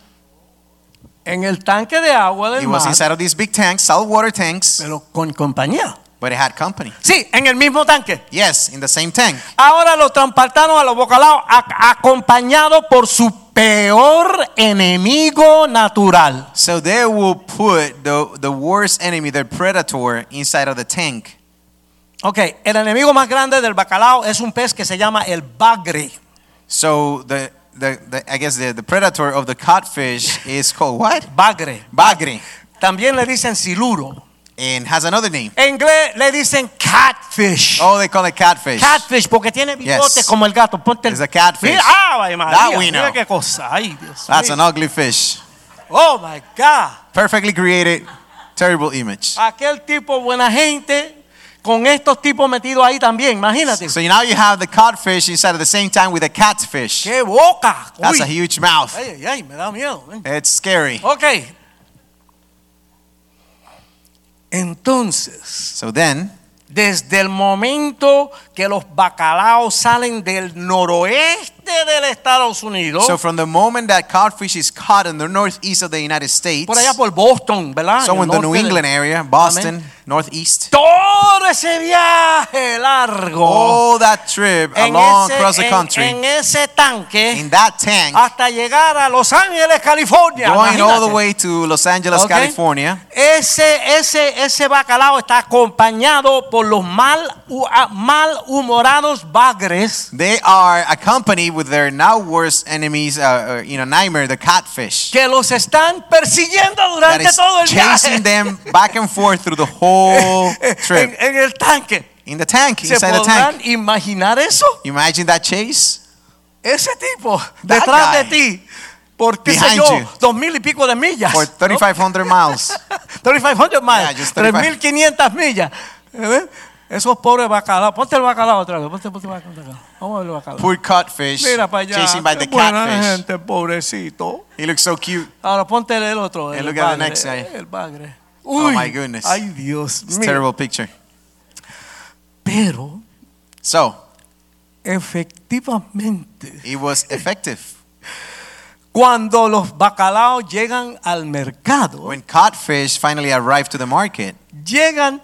Speaker 2: En el tanque de agua del
Speaker 1: It
Speaker 2: mar,
Speaker 1: was inside of these big tanks, saltwater tanks,
Speaker 2: pero con compañía.
Speaker 1: but it had company.
Speaker 2: Sí, en el mismo tanque.
Speaker 1: Yes, in the same tank.
Speaker 2: Ahora lo transportaron a los bacalaos a- acompañado por su peor enemigo natural.
Speaker 1: So they will put the, the worst enemy, their predator, inside of the tank.
Speaker 2: Ok, el enemigo más grande del bacalao es un pez que se llama el bagre.
Speaker 1: So the, the, the I guess the, the predator of the codfish is called what?
Speaker 2: Bagre.
Speaker 1: Bagre.
Speaker 2: También le dicen siluro.
Speaker 1: And has another name.
Speaker 2: En inglés le dicen catfish.
Speaker 1: Oh, they call it catfish.
Speaker 2: Catfish porque tiene bigotes
Speaker 1: Yes.
Speaker 2: como el gato. Ponte el
Speaker 1: It's a catfish.
Speaker 2: Mira, ah, ay, María,
Speaker 1: That we
Speaker 2: mira
Speaker 1: know.
Speaker 2: qué cosa. Ay, Dios
Speaker 1: That's
Speaker 2: mío.
Speaker 1: an ugly fish.
Speaker 2: Oh my God.
Speaker 1: Perfectly created, terrible image.
Speaker 2: Aquel tipo buena gente con estos tipos metidos ahí también. Imagínate.
Speaker 1: So now you have the codfish inside at the same time with a catfish.
Speaker 2: ¡Qué boca!
Speaker 1: That's
Speaker 2: Uy.
Speaker 1: a huge mouth.
Speaker 2: Ay, ay, ay, me da miedo. ven.
Speaker 1: It's scary.
Speaker 2: Ok. Entonces,
Speaker 1: So then,
Speaker 2: desde el momento que los bacalaos salen del noroeste del Estados Unidos,
Speaker 1: so from the moment that codfish is caught in the northeast of the United States,
Speaker 2: por allá por Boston, ¿verdad?
Speaker 1: so
Speaker 2: En
Speaker 1: in
Speaker 2: el
Speaker 1: the
Speaker 2: norte
Speaker 1: New
Speaker 2: de-
Speaker 1: England area, Boston, northeast,
Speaker 2: todo todo ese viaje largo
Speaker 1: All that trip
Speaker 2: en,
Speaker 1: Oh, along
Speaker 2: ese,
Speaker 1: across the
Speaker 2: en-
Speaker 1: country
Speaker 2: en ese tanque
Speaker 1: in that tank,
Speaker 2: hasta llegar a Los Ángeles, California.
Speaker 1: going all
Speaker 2: imagínate.
Speaker 1: the way to Los Angeles,
Speaker 2: Ok.
Speaker 1: California.
Speaker 2: Ese, ese, ese bacalao está acompañado por los mal, hu- ah, malhumorados bagres
Speaker 1: They are accompanied with their now worst enemies, uh, uh, you know, nightmare, the catfish,
Speaker 2: que los están persiguiendo
Speaker 1: that
Speaker 2: durante
Speaker 1: is
Speaker 2: todo el viaje
Speaker 1: chasing them back and forth through the whole
Speaker 2: en,
Speaker 1: trip
Speaker 2: en el tanque.
Speaker 1: in the tank,
Speaker 2: ¿Se
Speaker 1: inside the
Speaker 2: podrán
Speaker 1: tank.
Speaker 2: imaginar eso?
Speaker 1: Imagine that chase.
Speaker 2: Ese tipo
Speaker 1: That
Speaker 2: detrás de
Speaker 1: guy.
Speaker 2: ti por qué sé
Speaker 1: Behind
Speaker 2: yo
Speaker 1: you.
Speaker 2: dos mil y pico de millas,
Speaker 1: for 3,500 miles.
Speaker 2: 3,500
Speaker 1: Yeah,
Speaker 2: miles,
Speaker 1: just
Speaker 2: 3.500 millas. ¿Eh? Esos pobres bacalaos, ponte el bacalao otra vez, ponte, ponte el bacalao. otra vez. Vamos a ver el bacalao.
Speaker 1: Poor catfish,
Speaker 2: Mira para allá.
Speaker 1: chasing by
Speaker 2: qué
Speaker 1: the
Speaker 2: buena
Speaker 1: catfish.
Speaker 2: gente, pobrecito.
Speaker 1: He looks so cute.
Speaker 2: Ahora ponte el otro. El
Speaker 1: And look at the
Speaker 2: bagre,
Speaker 1: next guy.
Speaker 2: El bagre.
Speaker 1: Oh,
Speaker 2: Uy,
Speaker 1: my goodness.
Speaker 2: Ay, Dios
Speaker 1: It's a
Speaker 2: mío.
Speaker 1: terrible picture.
Speaker 2: Pero
Speaker 1: So
Speaker 2: efectivamente,
Speaker 1: it was effective.
Speaker 2: cuando los bacalaos llegan al mercado,
Speaker 1: When catfish finally arrived to the market,
Speaker 2: llegan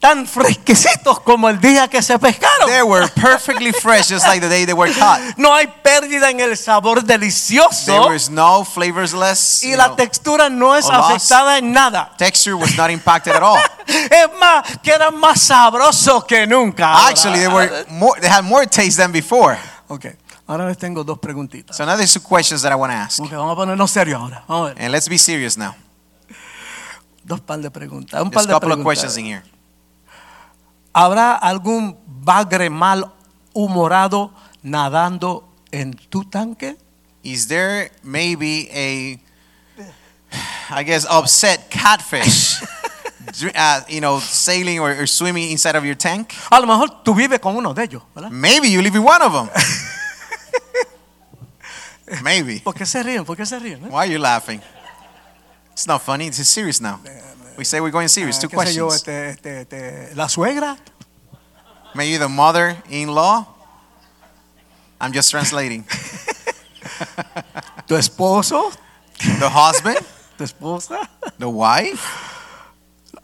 Speaker 2: tan fresquecitos como el día que se pescaron.
Speaker 1: they were perfectly fresh, just like the day they were caught.
Speaker 2: No hay pérdida en el sabor
Speaker 1: There
Speaker 2: delicioso
Speaker 1: was no flavorsless.
Speaker 2: y
Speaker 1: you
Speaker 2: la
Speaker 1: know,
Speaker 2: textura no es
Speaker 1: or lost.
Speaker 2: afectada en nada.
Speaker 1: texture was not impacted at all.
Speaker 2: Es más, quedan más sabrosos que nunca. ahora.
Speaker 1: Ah, Actually, they were more. They had more taste than before.
Speaker 2: Ok, ahora les tengo dos preguntitas.
Speaker 1: So now there's two questions that I want to ask,
Speaker 2: Ok, vamos a ponernos serios ahora. Vamos a ver.
Speaker 1: and let's be serious now.
Speaker 2: Dos par de preguntas. Un par
Speaker 1: There's a
Speaker 2: de
Speaker 1: couple of questions
Speaker 2: preguntas.
Speaker 1: in here.
Speaker 2: ¿Habrá algún bagre mal humorado nadando en tu tanque?
Speaker 1: Is there maybe a, I guess, upset catfish, dr- uh, you know, sailing or, or swimming inside of your tank?
Speaker 2: A lo mejor tú vives con uno de ellos, ¿verdad?
Speaker 1: Maybe you live in one of them. maybe.
Speaker 2: ¿Por qué se ríen? ¿Por qué se ríen? eh?
Speaker 1: Why are you laughing? It's not funny. This is serious now. We say we're going serious. Two
Speaker 2: Ah, ¿Qué sé yo,
Speaker 1: questions.
Speaker 2: este, este, este, la suegra,
Speaker 1: Maybe the mother-in-law. I'm just translating.
Speaker 2: tu esposo,
Speaker 1: The husband,
Speaker 2: tu esposa,
Speaker 1: the wife.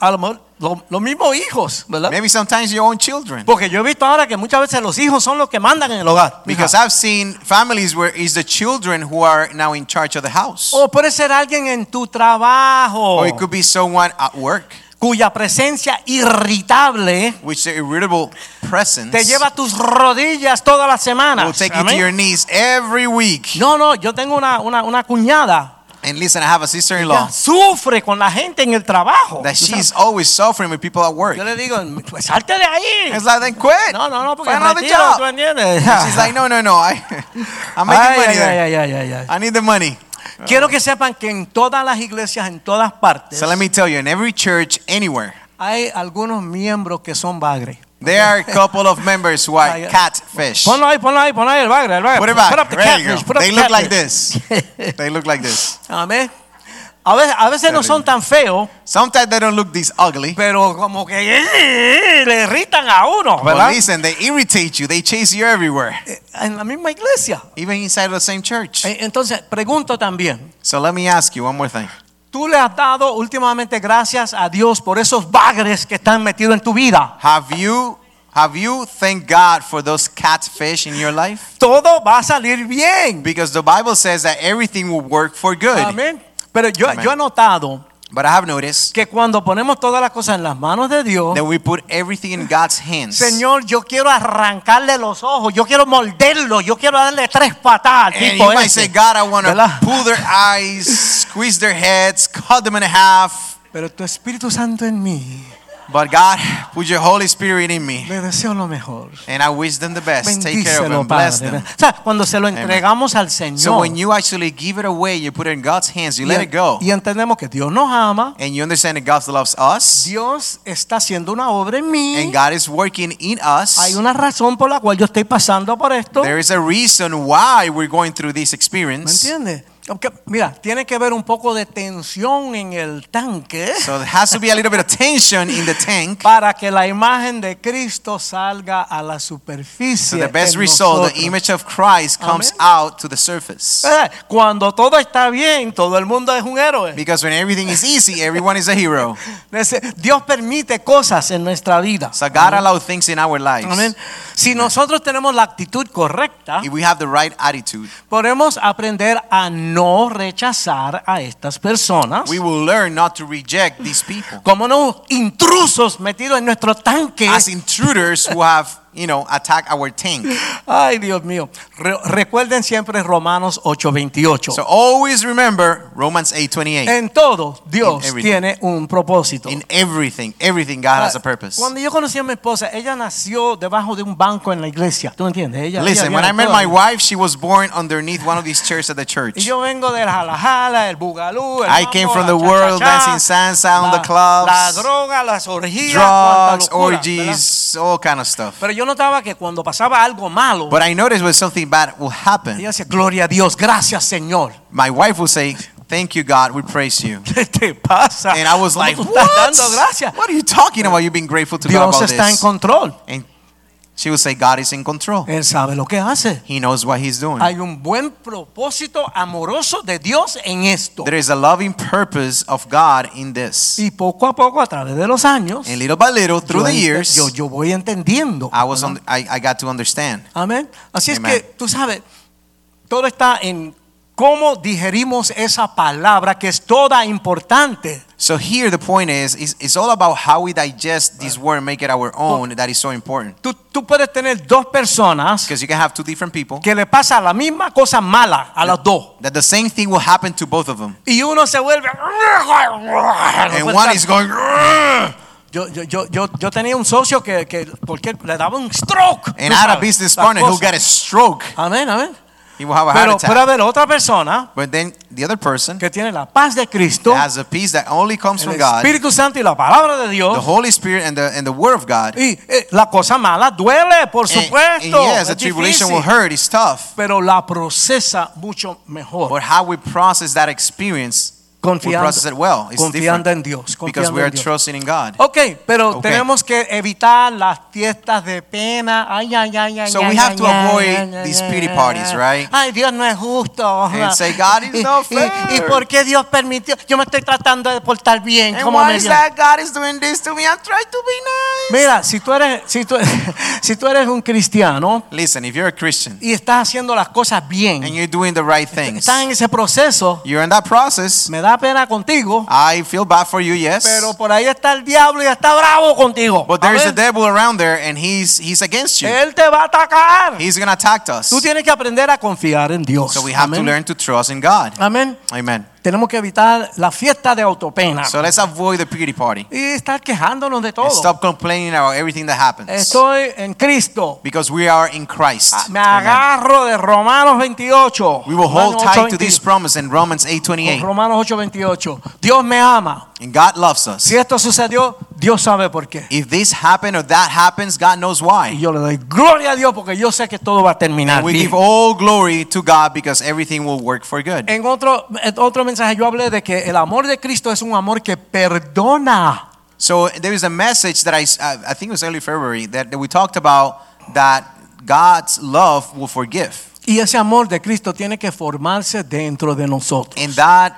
Speaker 2: a lo mejor lo- los mismos hijos, ¿verdad?
Speaker 1: Maybe sometimes your own children.
Speaker 2: Porque yo he visto ahora que muchas veces los hijos son los que mandan en el hogar. mija.
Speaker 1: Because I've seen families where it's the children who are now in charge of the house.
Speaker 2: O puede ser alguien en tu trabajo
Speaker 1: Or it could be someone at work,
Speaker 2: cuya presencia irritable
Speaker 1: which the irritable presence
Speaker 2: te lleva a tus rodillas toda la semana.
Speaker 1: will take you to
Speaker 2: Amén.
Speaker 1: your knees every week.
Speaker 2: No, no, yo tengo una, una, una cuñada
Speaker 1: And listen, I have a
Speaker 2: que
Speaker 1: sister-in-law
Speaker 2: sufre con la gente en el trabajo.
Speaker 1: that she's always suffering with people at work.
Speaker 2: Yo le digo, pues salte de ahí.
Speaker 1: It's like, then quit.
Speaker 2: No, no, no, porque
Speaker 1: Find another
Speaker 2: retiro, ¿tú
Speaker 1: job.
Speaker 2: entiendes?
Speaker 1: And she's like, no, no, no. I, I'm making
Speaker 2: Ay,
Speaker 1: money
Speaker 2: ay,
Speaker 1: there.
Speaker 2: ay, ay, ay, ay.
Speaker 1: I need the money.
Speaker 2: Quiero que sepan que en todas las iglesias, en todas partes,
Speaker 1: So let me tell you, in every church, anywhere,
Speaker 2: hay algunos miembros que son bagres.
Speaker 1: there are a couple of members who are
Speaker 2: Ay, ay.
Speaker 1: catfish.
Speaker 2: Ponlo ahí, ponlo ahí, ponlo ahí el bagre, el bagre.
Speaker 1: Put it back.
Speaker 2: Put up the
Speaker 1: There you
Speaker 2: catfish,
Speaker 1: go.
Speaker 2: put up
Speaker 1: They
Speaker 2: the
Speaker 1: look like
Speaker 2: catfish.
Speaker 1: They look like this.
Speaker 2: Amén. A veces, a veces no son tan feos,
Speaker 1: Sometimes they don't look this ugly.
Speaker 2: pero como que eh, le irritan a uno,
Speaker 1: But
Speaker 2: ¿verdad?
Speaker 1: listen, they irritate you. They chase you everywhere,
Speaker 2: Eh, En la misma iglesia.
Speaker 1: even inside of the same church.
Speaker 2: Eh, Entonces, pregunto también.
Speaker 1: So let me ask you one more thing.
Speaker 2: Tú le has dado últimamente gracias a Dios por esos bagres que están metidos en tu vida.
Speaker 1: Have you have you thanked God for those catfish in your life?
Speaker 2: todo va a salir bien.
Speaker 1: Because the Bible says that everything will work for good.
Speaker 2: Amén. Pero yo,
Speaker 1: Amén.
Speaker 2: yo he notado
Speaker 1: But I have noticed
Speaker 2: que cuando ponemos todas las cosas en las manos de Dios,
Speaker 1: that we put everything in God's hands.
Speaker 2: Señor, yo quiero arrancarle los ojos, yo quiero morderlo, yo quiero darle tres patadas al
Speaker 1: And you
Speaker 2: tipo
Speaker 1: might
Speaker 2: ese.
Speaker 1: say, God, I want
Speaker 2: ¿Verdad?
Speaker 1: to pull their eyes, squeeze their heads, cut them in half.
Speaker 2: Pero tu Espíritu Santo en mí,
Speaker 1: But God, put your Holy Spirit in me.
Speaker 2: le deseo lo mejor.
Speaker 1: And I wish them the best. Take care of
Speaker 2: Bendícelo,
Speaker 1: them. Bless
Speaker 2: Padre.
Speaker 1: them.
Speaker 2: O sea, cuando se lo entregamos al
Speaker 1: So
Speaker 2: Señor
Speaker 1: when you actually give it away, you put it in God's hands, you let
Speaker 2: y,
Speaker 1: it go,
Speaker 2: y entendemos que Dios nos ama,
Speaker 1: and you understand that God loves us,
Speaker 2: Dios está haciendo una obra en mí.
Speaker 1: and God is working in us.
Speaker 2: Hay una razón por la cual yo estoy pasando por esto.
Speaker 1: There is a reason why we're going through this
Speaker 2: ¿Me
Speaker 1: experience.
Speaker 2: entiendes? Aunque, mira, tiene que ver un poco de tensión en el tanque
Speaker 1: So there has to be a little bit of tension in the tank.
Speaker 2: para que la imagen de Cristo salga a la
Speaker 1: So
Speaker 2: superficie.
Speaker 1: the best
Speaker 2: en
Speaker 1: result, the
Speaker 2: nosotros.
Speaker 1: image of Christ comes
Speaker 2: Amén.
Speaker 1: out to the surface.
Speaker 2: Eh, Cuando todo está bien, todo el mundo es un héroe.
Speaker 1: Because when everything is easy, everyone is a hero.
Speaker 2: Dice, Dios permite cosas en nuestra vida.
Speaker 1: So God allows things in our lives.
Speaker 2: Amén. Si nosotros tenemos la actitud correcta,
Speaker 1: If we have the right attitude,
Speaker 2: podemos aprender a no rechazar a estas personas
Speaker 1: we will learn not to reject these people
Speaker 2: como unos intrusos metidos en nuestro tanque.
Speaker 1: as intruders who have, you know, attacked our tank.
Speaker 2: Ay, Dios mío. Re- recuerden siempre Romanos 8:28.
Speaker 1: So always remember Romans 8:28.
Speaker 2: en todo, Dios
Speaker 1: In everything.
Speaker 2: tiene un propósito. Ah,
Speaker 1: In everything, everything God has a
Speaker 2: Uh,
Speaker 1: purpose.
Speaker 2: Cuando yo conocí a mi esposa, ella nació debajo de un banco en la iglesia. ¿Tú me entiendes? Ella, ella
Speaker 1: Listen,
Speaker 2: había
Speaker 1: when I met
Speaker 2: nacido
Speaker 1: my
Speaker 2: ahí.
Speaker 1: wife, she was born underneath one of these chairs at the
Speaker 2: Y
Speaker 1: church.
Speaker 2: yo vengo del jala jala, el bugalú, el
Speaker 1: I came
Speaker 2: mambo,
Speaker 1: from
Speaker 2: la
Speaker 1: the world,
Speaker 2: cha-cha-cha,
Speaker 1: dancing salsa on
Speaker 2: la-
Speaker 1: the clubs,
Speaker 2: La droga, las orgías, cuánta
Speaker 1: Drugs,
Speaker 2: locura, ¿verdad?
Speaker 1: orgies, all kind of stuff.
Speaker 2: Pero yo notaba que cuando pasaba algo malo,
Speaker 1: But I noticed when something bad will happen,
Speaker 2: ella decía, gloria a Dios, gracias Señor.
Speaker 1: my wife will say, "Thank you, God. We praise you."
Speaker 2: ¿Qué te pasa?
Speaker 1: And I was
Speaker 2: ¿Cómo
Speaker 1: like,
Speaker 2: tú estás
Speaker 1: "What?
Speaker 2: dando gracias?
Speaker 1: What are you talking about? You've been grateful to God
Speaker 2: Dios
Speaker 1: about
Speaker 2: está en
Speaker 1: this."
Speaker 2: control.
Speaker 1: And she would say, "God is in control.
Speaker 2: Él sabe lo que hace.
Speaker 1: He knows what He's doing."
Speaker 2: Hay un buen propósito amoroso de Dios en esto.
Speaker 1: There is a loving purpose of God in this.
Speaker 2: Y poco a poco, a través de los años,
Speaker 1: And little by little, through
Speaker 2: yo,
Speaker 1: the
Speaker 2: ent-
Speaker 1: years,
Speaker 2: yo, yo voy entendiendo.
Speaker 1: I was on, I, I got to understand.
Speaker 2: Amén. Así es
Speaker 1: Amen.
Speaker 2: que tú sabes, todo está en cómo digerimos esa palabra que es toda importante.
Speaker 1: So here the point is, is it's all about how we digest this word, and make it our
Speaker 2: Oh.
Speaker 1: own. That is so important
Speaker 2: Tú, tú puedes tener dos personas
Speaker 1: because you can have two different people
Speaker 2: que le pasa la misma cosa mala a las dos.
Speaker 1: that the same thing will happen to both of them,
Speaker 2: Y uno se vuelve.
Speaker 1: and one is going. "Grr!"
Speaker 2: Yo, yo, yo, yo, yo tenía un socio que, que porque le daba un stroke.
Speaker 1: And
Speaker 2: tú
Speaker 1: I had a
Speaker 2: sabes,
Speaker 1: business
Speaker 2: las
Speaker 1: partner who
Speaker 2: cosas.
Speaker 1: got a stroke.
Speaker 2: Amén, amén.
Speaker 1: He will have a heart
Speaker 2: Pero puede
Speaker 1: attack.
Speaker 2: haber otra persona
Speaker 1: But then the other person
Speaker 2: que tiene la paz de Cristo,
Speaker 1: has a peace that only comes
Speaker 2: el
Speaker 1: from God,
Speaker 2: Espíritu Santo y la palabra de
Speaker 1: the
Speaker 2: Dios.
Speaker 1: Holy Spirit, and the and the Word of God.
Speaker 2: Y eh, la cosa mala duele, por
Speaker 1: And-
Speaker 2: supuesto.
Speaker 1: and yes, the
Speaker 2: es
Speaker 1: tribulation
Speaker 2: difícil,
Speaker 1: will hurt. It's tough.
Speaker 2: Pero la procesa mucho mejor.
Speaker 1: But how we process that experience, we
Speaker 2: Confiando,
Speaker 1: process it well. It's different
Speaker 2: confiando en Dios.
Speaker 1: because
Speaker 2: Confiando
Speaker 1: we are
Speaker 2: en Dios. Oh,
Speaker 1: trusting in God.
Speaker 2: Ok, pero
Speaker 1: Ok.
Speaker 2: tenemos que evitar las fiestas de pena. Ay, ay, ay, ay,
Speaker 1: So
Speaker 2: ay,
Speaker 1: we have
Speaker 2: ay,
Speaker 1: to
Speaker 2: ay,
Speaker 1: avoid
Speaker 2: ay, ay,
Speaker 1: these
Speaker 2: ay,
Speaker 1: pity
Speaker 2: ay,
Speaker 1: parties,
Speaker 2: ay.
Speaker 1: right?
Speaker 2: Ay, Dios no es justo.
Speaker 1: And say, God is
Speaker 2: Y-
Speaker 1: not
Speaker 2: y-
Speaker 1: fair.
Speaker 2: Y, por qué Dios permitió? Yo me estoy tratando de portar bien.
Speaker 1: And
Speaker 2: ¿Cómo
Speaker 1: why
Speaker 2: me
Speaker 1: is
Speaker 2: viene?
Speaker 1: that God is doing this to me? I'm trying to be nice.
Speaker 2: Mira, si tú eres, si tú, si tú eres un cristiano
Speaker 1: Listen, if you're a Christian
Speaker 2: y estás haciendo las cosas bien,
Speaker 1: and you're doing the right things,
Speaker 2: estás en ese proceso.
Speaker 1: you're in that process.
Speaker 2: Me da pena contigo,
Speaker 1: I feel bad for you, yes.
Speaker 2: pero por ahí está el diablo y está bravo contigo.
Speaker 1: But there is a
Speaker 2: Amén.
Speaker 1: devil around there and he's he's against you.
Speaker 2: Él te va a atacar.
Speaker 1: He's going to attack us.
Speaker 2: Eh. Tú tienes que aprender a confiar en Dios.
Speaker 1: So we have to
Speaker 2: Amén. Ah.
Speaker 1: learn to trust in God.
Speaker 2: Amén.
Speaker 1: Amen.
Speaker 2: Tenemos que evitar la fiesta de autopena
Speaker 1: So let's avoid the pity party.
Speaker 2: y estar quejándonos de
Speaker 1: And
Speaker 2: todo.
Speaker 1: stop complaining about everything that happens.
Speaker 2: Estoy en Cristo.
Speaker 1: Because we are in Christ.
Speaker 2: Me
Speaker 1: Ah, Amen.
Speaker 2: agarro de Romanos 28.
Speaker 1: We will hold
Speaker 2: Romanos
Speaker 1: tight to this
Speaker 2: 8:28.
Speaker 1: promise in Romans 8:28.
Speaker 2: Romanos 8:28. Dios me ama.
Speaker 1: And God loves us.
Speaker 2: Si esto sucedió, Dios sabe por qué.
Speaker 1: If this happened or that happens, God knows
Speaker 2: Y
Speaker 1: why.
Speaker 2: yo le doy gloria a Dios porque yo sé que todo va a terminar
Speaker 1: And we
Speaker 2: bien.
Speaker 1: give all glory to God because everything will work for good.
Speaker 2: En otro, en otro mensaje yo hablé de que el amor de Cristo es un amor que perdona.
Speaker 1: So there is a message that I, uh, I think it was early February that, that we talked about that God's love will forgive,
Speaker 2: Y ese amor de Cristo tiene que formarse dentro de nosotros.
Speaker 1: and that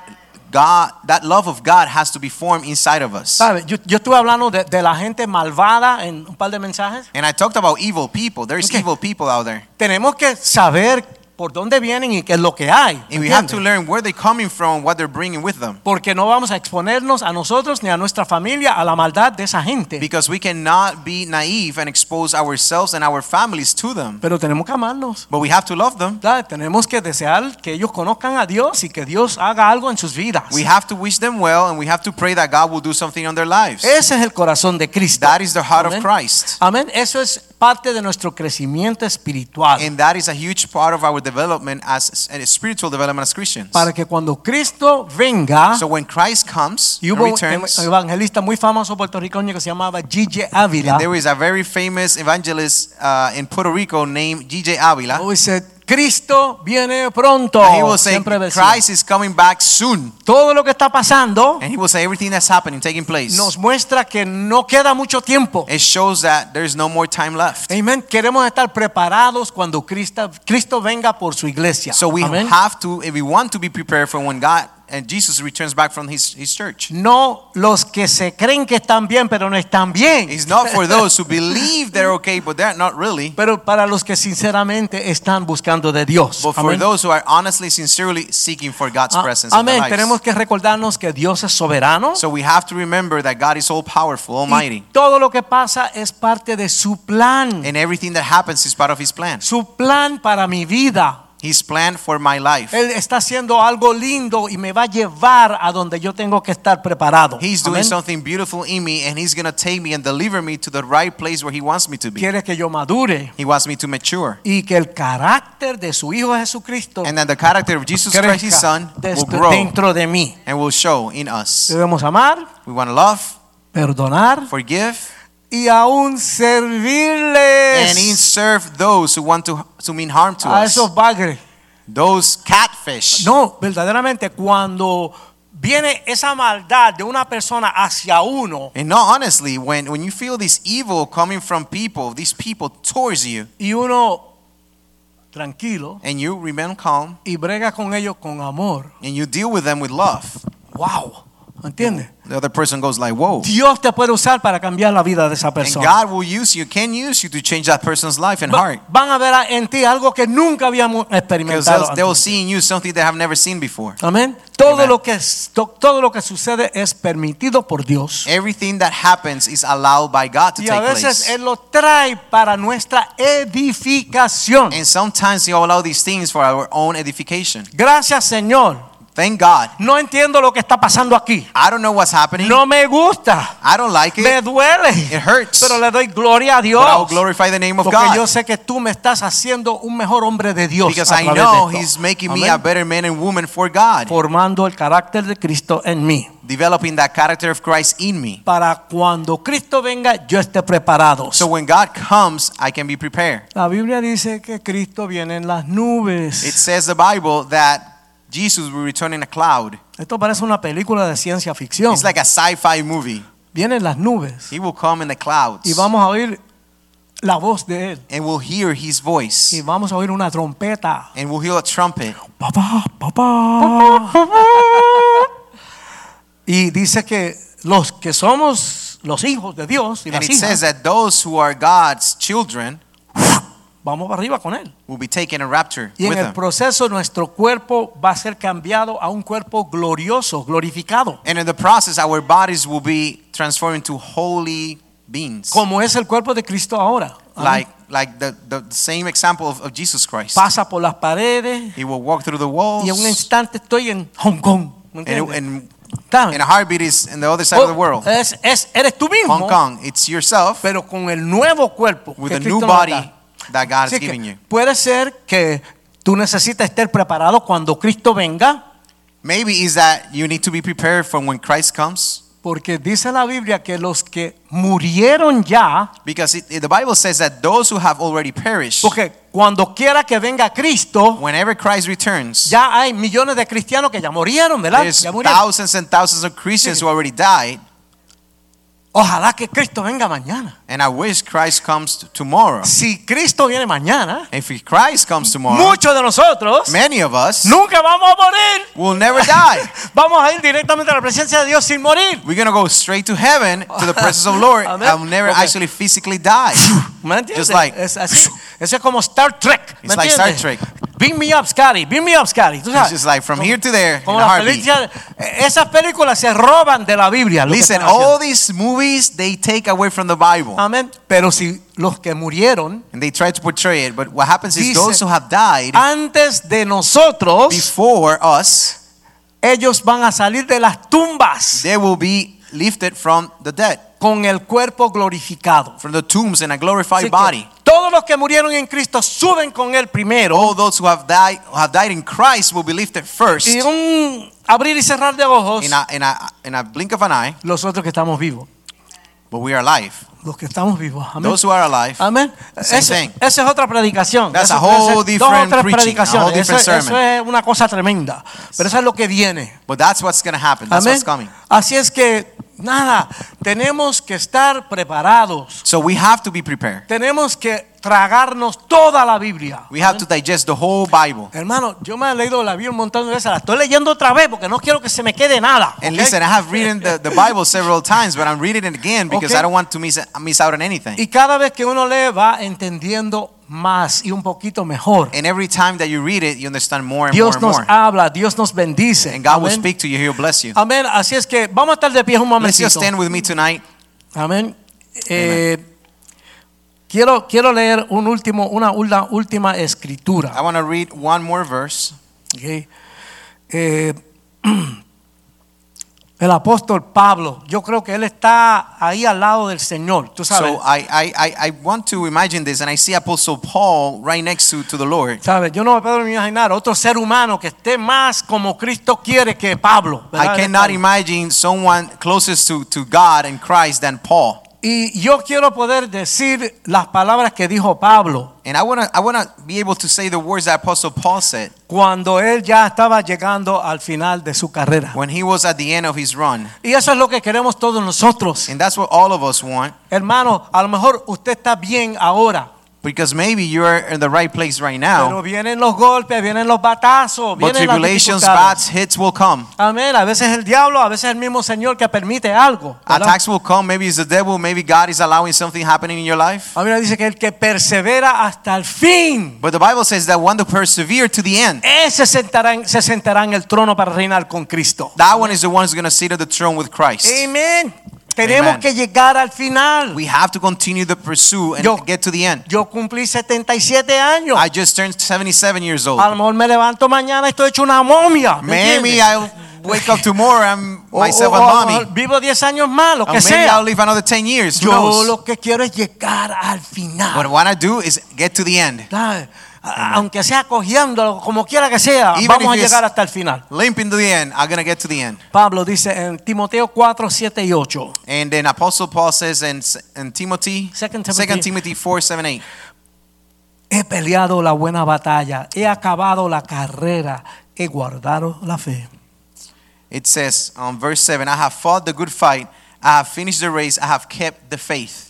Speaker 1: God that love of God has to be formed inside of us.
Speaker 2: ¿Sabe? Yo, yo estuve hablando de, de la gente malvada en un par de mensajes.
Speaker 1: And I talked about evil people. There's
Speaker 2: Okay.
Speaker 1: evil people out there,
Speaker 2: Tenemos que saber por dónde vienen y qué es lo que hay. ¿me
Speaker 1: and we have
Speaker 2: entiende?
Speaker 1: to learn where they're coming from, what they're bringing with them,
Speaker 2: Porque no vamos a exponernos a nosotros ni a nuestra familia a la maldad de esa gente.
Speaker 1: because we cannot be naive and expose ourselves and our families to them.
Speaker 2: Pero tenemos que amarlos.
Speaker 1: But we have to love them.
Speaker 2: ¿sabe? Tenemos que desear que ellos conozcan a Dios y que Dios haga algo en sus vidas.
Speaker 1: We have to wish them well and we have to pray that God will do something on their lives.
Speaker 2: Ese es el corazón de Cristo.
Speaker 1: That is the heart of
Speaker 2: Amén.
Speaker 1: Christ.
Speaker 2: Amén. Eso es parte de nuestro crecimiento espiritual.
Speaker 1: And that is a huge part of our development as and spiritual development as Christians.
Speaker 2: para que cuando Cristo venga,
Speaker 1: So when Christ comes
Speaker 2: y
Speaker 1: and
Speaker 2: hubo un ev-
Speaker 1: returns,
Speaker 2: evangelista muy famoso puertorriqueño que se llamaba Gigi Ávila.
Speaker 1: there is a very famous evangelist uh, in Puerto Rico named G.J. Avila
Speaker 2: Oh, Always said, Cristo viene pronto.
Speaker 1: And he will say,
Speaker 2: Oh, Siempre decía.
Speaker 1: Christ is coming back soon.
Speaker 2: Todo lo que está pasando
Speaker 1: And he will say, everything that's happening, taking place,
Speaker 2: nos muestra que no queda mucho tiempo.
Speaker 1: it shows that there's no more time left.
Speaker 2: Amén. Queremos estar preparados cuando Cristo, Cristo venga por su iglesia.
Speaker 1: So we
Speaker 2: Amén.
Speaker 1: have to, if we want to be prepared for when God and Jesus returns back from his, his church.
Speaker 2: No los que se creen que están bien, pero no están bien.
Speaker 1: It's not for those who believe they're okay, but they're not really.
Speaker 2: Pero para los que sinceramente están buscando de Dios.
Speaker 1: But for
Speaker 2: Amén.
Speaker 1: those who are honestly, sincerely seeking for God's
Speaker 2: Ah,
Speaker 1: presence in
Speaker 2: Amén.
Speaker 1: their lives.
Speaker 2: Tenemos que recordarnos que Dios es soberano.
Speaker 1: So we have to remember that God is all powerful,
Speaker 2: y
Speaker 1: almighty,
Speaker 2: todo lo que pasa es parte de su plan.
Speaker 1: and everything that happens is part of his plan.
Speaker 2: su plan para mi vida.
Speaker 1: His plan for my life.
Speaker 2: Él está haciendo algo lindo y me va a llevar a donde yo tengo que estar preparado.
Speaker 1: He's doing
Speaker 2: Amén.
Speaker 1: something beautiful in me and he's going to take me and deliver me to the right place where he wants me to be.
Speaker 2: Quiere que yo madure
Speaker 1: He wants me to mature.
Speaker 2: y que el carácter de su hijo Jesucristo
Speaker 1: And then the character of Jesus Christ, his son,
Speaker 2: crezca
Speaker 1: will
Speaker 2: desde-
Speaker 1: grow
Speaker 2: dentro de mí.
Speaker 1: and will show in us.
Speaker 2: Debemos amar,
Speaker 1: We want to love,
Speaker 2: perdonar
Speaker 1: forgive,
Speaker 2: y aún servirles
Speaker 1: and in serve those who want to, to mean harm to
Speaker 2: a
Speaker 1: us.
Speaker 2: esos bagres.
Speaker 1: Those catfish.
Speaker 2: No, verdaderamente cuando viene esa maldad de una persona hacia uno
Speaker 1: And no, honestly, when, when you feel this evil coming from people, these people towards you,
Speaker 2: y uno tranquilo
Speaker 1: and you remain calm
Speaker 2: y brega con ellos con amor.
Speaker 1: and you deal with them with love,
Speaker 2: Wow, ¿entiendes?
Speaker 1: the other person goes like, "Whoa!"
Speaker 2: Dios te puede usar para cambiar la vida de esa
Speaker 1: And
Speaker 2: persona.
Speaker 1: God will use you, can use you to change that person's life and
Speaker 2: Va-
Speaker 1: heart,
Speaker 2: Van a ver a- en ti algo que nunca habíamos
Speaker 1: because
Speaker 2: experimentado.
Speaker 1: they'll, they'll
Speaker 2: antes.
Speaker 1: see in you something they have never seen before.
Speaker 2: Amén. Todo
Speaker 1: Amen.
Speaker 2: lo que es- to- todo lo que sucede es permitido por Dios.
Speaker 1: Everything that happens is allowed by God to
Speaker 2: Y a
Speaker 1: take
Speaker 2: veces
Speaker 1: place,
Speaker 2: él lo trae para nuestra edificación.
Speaker 1: and sometimes He will allow these things for our own edification.
Speaker 2: Gracias, Señor.
Speaker 1: Thank God.
Speaker 2: No entiendo lo que está pasando aquí.
Speaker 1: I don't know what's happening.
Speaker 2: No me gusta.
Speaker 1: I don't like
Speaker 2: Me
Speaker 1: it. It
Speaker 2: duele.
Speaker 1: hurts.
Speaker 2: Pero le doy gloria a
Speaker 1: But I'll
Speaker 2: Dios.
Speaker 1: glorify the name of
Speaker 2: Porque yo
Speaker 1: God
Speaker 2: sé que tú me estás haciendo un mejor hombre de Dios.
Speaker 1: because
Speaker 2: a
Speaker 1: I
Speaker 2: través
Speaker 1: know
Speaker 2: de esto.
Speaker 1: He's making me
Speaker 2: Amén.
Speaker 1: a better man and woman for God,
Speaker 2: formando el carácter de Cristo en mí.
Speaker 1: developing that character of Christ in me.
Speaker 2: Para cuando Cristo venga, yo esté preparado.
Speaker 1: So when God comes, I can be prepared.
Speaker 2: la Biblia dice que Cristo viene en las
Speaker 1: It
Speaker 2: nubes.
Speaker 1: says the Bible that Jesus will return in a cloud.
Speaker 2: Esto parece una película de ciencia ficción.
Speaker 1: It's like a sci-fi movie.
Speaker 2: viene en las nubes
Speaker 1: He will come in the clouds.
Speaker 2: y vamos a oír la voz de él
Speaker 1: And we'll hear his
Speaker 2: y
Speaker 1: voice.
Speaker 2: vamos a oír una trompeta.
Speaker 1: And we'll hear a trumpet.
Speaker 2: Papá, papá. y dice que los que somos los hijos de Dios y
Speaker 1: And
Speaker 2: las
Speaker 1: it says
Speaker 2: hijas,
Speaker 1: that those who are God's children
Speaker 2: vamos para arriba con él.
Speaker 1: will be taken in rapture
Speaker 2: Y en
Speaker 1: with
Speaker 2: el
Speaker 1: them.
Speaker 2: proceso nuestro cuerpo va a ser cambiado a un cuerpo glorioso, glorificado,
Speaker 1: And in the process, our bodies will be transformed into holy beings.
Speaker 2: como es el cuerpo de Cristo ahora. Amén.
Speaker 1: Like, like the, the same example of, of Jesus Christ.
Speaker 2: Pasa por las paredes
Speaker 1: He will walk through the walls.
Speaker 2: y en un instante estoy en Hong Kong. ¿me
Speaker 1: And,
Speaker 2: entiendes?
Speaker 1: and,
Speaker 2: Tan.
Speaker 1: and a heartbeat is in the other side
Speaker 2: Oh,
Speaker 1: of the world.
Speaker 2: es- es- eres tú mismo,
Speaker 1: Hong Kong, it's yourself.
Speaker 2: pero con el nuevo cuerpo.
Speaker 1: with
Speaker 2: que
Speaker 1: the new
Speaker 2: Cristo nos
Speaker 1: body
Speaker 2: da.
Speaker 1: that God
Speaker 2: Así
Speaker 1: is
Speaker 2: que
Speaker 1: giving you.
Speaker 2: puede ser que tú necesitas estar preparado cuando Cristo venga,
Speaker 1: Maybe is that you need to be prepared for when Christ comes,
Speaker 2: porque dice la Biblia que los que murieron ya
Speaker 1: because it, the Bible says that those who have already perished,
Speaker 2: Porque cuando quiera que venga Cristo,
Speaker 1: whenever Christ returns,
Speaker 2: ya hay millones de cristianos que ya murieron, ¿verdad?
Speaker 1: there's
Speaker 2: Ya murieron.
Speaker 1: thousands and thousands of Christians who already died,
Speaker 2: Ojalá que Cristo venga mañana.
Speaker 1: and I wish Christ comes t- tomorrow.
Speaker 2: Si Cristo viene mañana,
Speaker 1: If he- Christ comes tomorrow,
Speaker 2: muchos de nosotros
Speaker 1: many of us
Speaker 2: nunca vamos a morir.
Speaker 1: will never die.
Speaker 2: Vamos a ir directamente a la presencia de Dios sin morir.
Speaker 1: We're gonna go straight to heaven to the presence of Lord.
Speaker 2: Amen.
Speaker 1: I'll never
Speaker 2: Okay.
Speaker 1: actually physically die.
Speaker 2: ¿Me entiendes?
Speaker 1: Just like-
Speaker 2: es así. Eso es como Star Trek. ¿me
Speaker 1: It's like Star
Speaker 2: entiendes? Beam me up, Scotty. Beam me up, Scotty. Tú
Speaker 1: It's
Speaker 2: sabes.
Speaker 1: just like from here to there in
Speaker 2: Como
Speaker 1: a
Speaker 2: las
Speaker 1: heartbeat.
Speaker 2: películas, esas películas se roban de la Biblia. lo que
Speaker 1: Listen,
Speaker 2: están haciendo.
Speaker 1: all these movies they take away from the Bible.
Speaker 2: Amén. Pero si los que murieron
Speaker 1: And they try to portray it, but what happens is
Speaker 2: Dice,
Speaker 1: those who have died
Speaker 2: antes de nosotros,
Speaker 1: before us,
Speaker 2: ellos van a salir de las tumbas
Speaker 1: they will be lifted from the dead,
Speaker 2: con el cuerpo glorificado.
Speaker 1: from the tombs in a
Speaker 2: Así
Speaker 1: glorified
Speaker 2: que
Speaker 1: body.
Speaker 2: todos los que murieron en Cristo suben con él primero
Speaker 1: All those who have died who have died in Christ will be lifted first
Speaker 2: y un abrir y cerrar de ojos
Speaker 1: in a, in a in a blink of an eye,
Speaker 2: los otros que estamos vivos.
Speaker 1: but we are alive.
Speaker 2: los que estamos vivos. Amén.
Speaker 1: Those who are alive,
Speaker 2: Amén.
Speaker 1: Same
Speaker 2: Ese-
Speaker 1: thing.
Speaker 2: Esa es otra predicación.
Speaker 1: That's a
Speaker 2: Eso puede
Speaker 1: whole
Speaker 2: ser dos o
Speaker 1: different
Speaker 2: tres
Speaker 1: preaching, a
Speaker 2: predicaciones.
Speaker 1: whole different
Speaker 2: Eso- eso
Speaker 1: sermon.
Speaker 2: es una cosa tremenda. Pero eso es lo que viene.
Speaker 1: but that's what's going to happen. That's
Speaker 2: Amén.
Speaker 1: what's coming.
Speaker 2: Así es que nada, tenemos que estar preparados.
Speaker 1: So we have to be prepared.
Speaker 2: Tenemos que tragarnos toda la Biblia.
Speaker 1: We have to digest the whole Bible.
Speaker 2: Hermano, yo me he leído la Biblia un montón de veces, la estoy leyendo otra vez porque no quiero que se me quede nada.
Speaker 1: And
Speaker 2: ¿ok?
Speaker 1: listen, I have read the, the Bible several times, but I'm reading it again because
Speaker 2: Okay.
Speaker 1: I don't want to miss, miss out on anything.
Speaker 2: Y cada vez que uno lee va entendiendo más y un poquito mejor.
Speaker 1: And every time that you read it, you understand more and
Speaker 2: Dios
Speaker 1: more
Speaker 2: nos
Speaker 1: and more.
Speaker 2: habla, Dios nos bendice.
Speaker 1: And God will
Speaker 2: Amén.
Speaker 1: speak to you. He'll bless you.
Speaker 2: Amén. Así es que vamos a estar de pie un
Speaker 1: Let's
Speaker 2: momentito.
Speaker 1: just stand with me tonight.
Speaker 2: Amén. Eh, quiero, quiero leer un último, una ulda- última escritura.
Speaker 1: I want to read one more verse.
Speaker 2: Ok. Eh, el apóstol Pablo, yo creo que él está ahí al lado del Señor, tú sabes.
Speaker 1: So ah, I, I, I, I want to imagine this, and I see Apostle Paul right next to, to the Lord.
Speaker 2: ¿Sabes? Yo no me puedo ni imaginar otro ser humano que esté más como Cristo quiere que Pablo. ¿verdad?
Speaker 1: I cannot imagine someone closest to, to God and Christ than Paul.
Speaker 2: Y yo quiero poder decir las palabras que dijo Pablo
Speaker 1: And I want to I wanna be able to say the words that Apostle Paul said
Speaker 2: cuando él ya estaba llegando al final de su carrera.
Speaker 1: when he was at the end of his run.
Speaker 2: Y eso es lo que queremos todos nosotros.
Speaker 1: And that's what all of us want
Speaker 2: Hermano, a lo mejor usted está bien ahora,
Speaker 1: because maybe you're in the right place right
Speaker 2: pero
Speaker 1: now,
Speaker 2: vienen los golpes, vienen los batazos,
Speaker 1: but
Speaker 2: vienen las
Speaker 1: tribulations,
Speaker 2: dificultades.
Speaker 1: bats, hits will come.
Speaker 2: Amén. A veces el diablo, a veces el mismo Señor que permite algo. ¿verdad?
Speaker 1: Attacks will come. Maybe it's the devil. Maybe God is allowing something happening in your life.
Speaker 2: La Biblia dice que el que persevera hasta el fin,
Speaker 1: But the Bible says that one to persevere to the end.
Speaker 2: ese sentará en, se sentará en el trono para reinar con Cristo.
Speaker 1: That one is the one who's going to sit at the throne with Christ.
Speaker 2: Amén. Tenemos
Speaker 1: Amen.
Speaker 2: que llegar al final.
Speaker 1: We have to continue the pursuit and
Speaker 2: Yo-
Speaker 1: get to the end.
Speaker 2: Yo cumplí 77 años.
Speaker 1: I just turned 77 years old.
Speaker 2: A lo mejor me levanto mañana y estoy hecho una momia. ¿me
Speaker 1: Maybe
Speaker 2: entiendes? Oh,
Speaker 1: I'll wake up tomorrow and
Speaker 2: O-
Speaker 1: myself
Speaker 2: o-
Speaker 1: a
Speaker 2: o a lo
Speaker 1: mommy.
Speaker 2: mejor vivo 10 años más, lo
Speaker 1: Or
Speaker 2: que
Speaker 1: maybe I'll
Speaker 2: sea.
Speaker 1: live another 10 years. Who
Speaker 2: Yo
Speaker 1: knows?
Speaker 2: lo que quiero es llegar al final.
Speaker 1: But what I do is get to the end.
Speaker 2: ¿Sabes? A- Aunque sea cogiéndolo, como quiera que sea,
Speaker 1: Even
Speaker 2: vamos
Speaker 1: if
Speaker 2: a
Speaker 1: it's-
Speaker 2: llegar hasta el final.
Speaker 1: Limp into the end. I'm going to get to the end.
Speaker 2: Pablo dice en Timoteo 4, 7 y 8.
Speaker 1: And then Apostle Paul says in, in Timothy,
Speaker 2: Second
Speaker 1: 2
Speaker 2: Timothy.
Speaker 1: Timothy 4, 7, 8.
Speaker 2: He peleado la buena batalla, he acabado la carrera, he guardado la fe.
Speaker 1: It says on verse 7, I have fought the good fight. I have finished the race. I have kept the faith.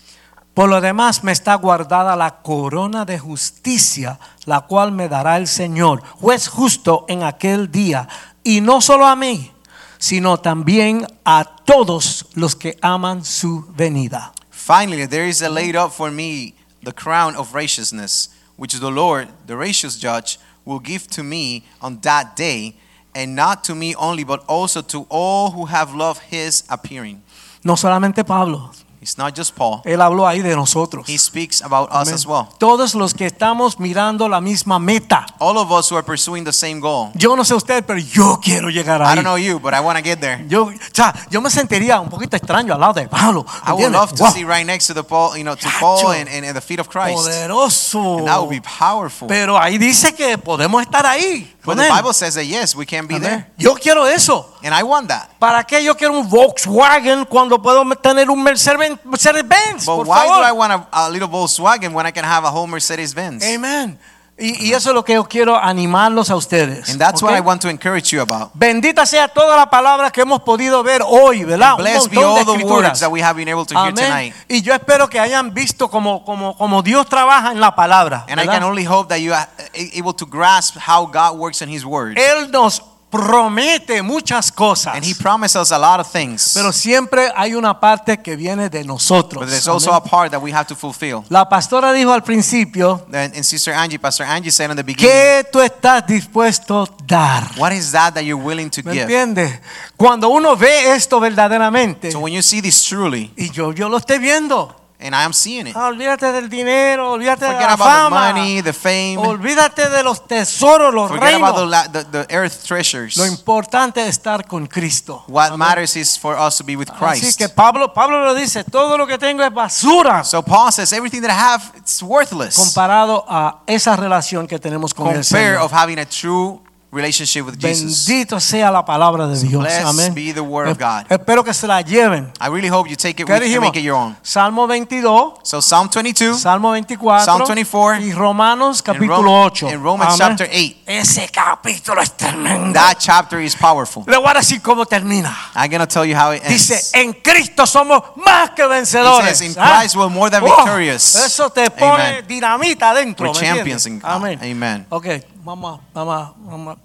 Speaker 2: Por lo demás me está guardada la corona de justicia, la cual me dará el Señor, juez justo en aquel día, y no solo a mí, sino también a todos los que aman su venida.
Speaker 1: Finally, there is laid up for me the crown of righteousness, which the Lord, the righteous judge, will give to me on that day, and not to me only, but also to all who have loved his appearing.
Speaker 2: No solamente Pablo,
Speaker 1: It's not just Paul,
Speaker 2: él habló ahí de nosotros.
Speaker 1: he speaks about us
Speaker 2: Amén.
Speaker 1: as well.
Speaker 2: Todos los que estamos mirando la misma meta.
Speaker 1: All of us who are pursuing the same goal.
Speaker 2: Yo no sé usted, pero yo quiero llegar
Speaker 1: I
Speaker 2: ahí.
Speaker 1: don't know you, but I want to get there.
Speaker 2: Yo, o sea, yo me sentiría un poquito extraño al lado de Pablo.
Speaker 1: I would
Speaker 2: ¿entiendes?
Speaker 1: love to
Speaker 2: Wow.
Speaker 1: see right next to the Paul, you know, to Paul
Speaker 2: Chacho.
Speaker 1: and, and, and the feet of Christ.
Speaker 2: Poderoso.
Speaker 1: And that would be powerful. But
Speaker 2: Pero ahí dice que podemos estar ahí.
Speaker 1: the
Speaker 2: con él.
Speaker 1: Bible says that yes, we can be
Speaker 2: Amén.
Speaker 1: there.
Speaker 2: Yo quiero eso.
Speaker 1: And I want that.
Speaker 2: ¿Para qué yo quiero un Volkswagen cuando puedo tener un Mercedes Mercedes Benz?
Speaker 1: But
Speaker 2: por
Speaker 1: why do
Speaker 2: favor.
Speaker 1: I want a, a little Volkswagen when I can have a whole Mercedes Benz?
Speaker 2: Amen. Y, y eso es lo que yo quiero animarlos a ustedes.
Speaker 1: And that's what
Speaker 2: ¿ok?
Speaker 1: I want to encourage you about.
Speaker 2: Bendita sea toda la palabra que hemos podido ver hoy, ¿verdad? Un
Speaker 1: Blessed be
Speaker 2: montón de
Speaker 1: all the
Speaker 2: escrituras.
Speaker 1: words that we have been able to hear
Speaker 2: Amén.
Speaker 1: tonight.
Speaker 2: Y yo espero que hayan visto como, como, como Dios trabaja en la palabra.
Speaker 1: And I
Speaker 2: ¿verdad?
Speaker 1: can only hope that you are a- able to grasp how God works in His Word.
Speaker 2: Él nos promete muchas cosas.
Speaker 1: And He promised us a lot of things.
Speaker 2: Pero siempre hay una parte que viene de nosotros.
Speaker 1: But there's
Speaker 2: Amén.
Speaker 1: also a part that we have to fulfill.
Speaker 2: La pastora dijo al principio,
Speaker 1: And, and Sister Angie, Pastor Angie said in the beginning,
Speaker 2: ¿qué tú estás dispuesto a dar?
Speaker 1: what is that that you're willing to
Speaker 2: ¿Me
Speaker 1: give?
Speaker 2: entiendes? Cuando uno ve esto verdaderamente,
Speaker 1: So when you see this truly,
Speaker 2: y yo, yo lo estoy viendo,
Speaker 1: and I am seeing it,
Speaker 2: Ah, olvídate del dinero, olvídate de
Speaker 1: forget
Speaker 2: la
Speaker 1: about the
Speaker 2: fama,
Speaker 1: money, the fame,
Speaker 2: olvídate de los tesoros, los
Speaker 1: forget about the,
Speaker 2: reinos.
Speaker 1: la- the, the earth treasures.
Speaker 2: Lo importante es estar con Cristo.
Speaker 1: What
Speaker 2: Amén.
Speaker 1: matters is for us to be with
Speaker 2: Así
Speaker 1: Christ.
Speaker 2: que Pablo, Pablo lo dice, todo lo que tengo es basura
Speaker 1: So Paul says everything that I have it's worthless
Speaker 2: comparado a esa relación que tenemos con el
Speaker 1: compared
Speaker 2: Señor.
Speaker 1: of having a true relationship with Jesus.
Speaker 2: Bendito sea la palabra de Dios.
Speaker 1: Blessed
Speaker 2: Amén.
Speaker 1: be the word of God.
Speaker 2: Espero que se la lleven.
Speaker 1: I really hope you take it
Speaker 2: ¿Qué
Speaker 1: with you and
Speaker 2: dijimos?
Speaker 1: make it your own.
Speaker 2: Salmo 22,
Speaker 1: So Psalm 22
Speaker 2: Salmo 24
Speaker 1: Psalm 24,
Speaker 2: y Romanos
Speaker 1: and,
Speaker 2: capítulo
Speaker 1: Rom-
Speaker 2: 8.
Speaker 1: and Romans
Speaker 2: Amén.
Speaker 1: chapter 8.
Speaker 2: Ese capítulo es tremendo.
Speaker 1: That chapter is powerful.
Speaker 2: Le voy a decir cómo termina.
Speaker 1: I'm going to tell you how it ends.
Speaker 2: Dice, en Cristo somos más que
Speaker 1: It
Speaker 2: vencedores.
Speaker 1: says, in
Speaker 2: Ah.
Speaker 1: Christ we're more than
Speaker 2: Oh,
Speaker 1: victorious.
Speaker 2: eso te pone
Speaker 1: Amen.
Speaker 2: dinamita adentro.
Speaker 1: We're
Speaker 2: ¿me entiendes?
Speaker 1: champions in God.
Speaker 2: Amén.
Speaker 1: Amen.
Speaker 2: Ok, mamá, mamá, mamá.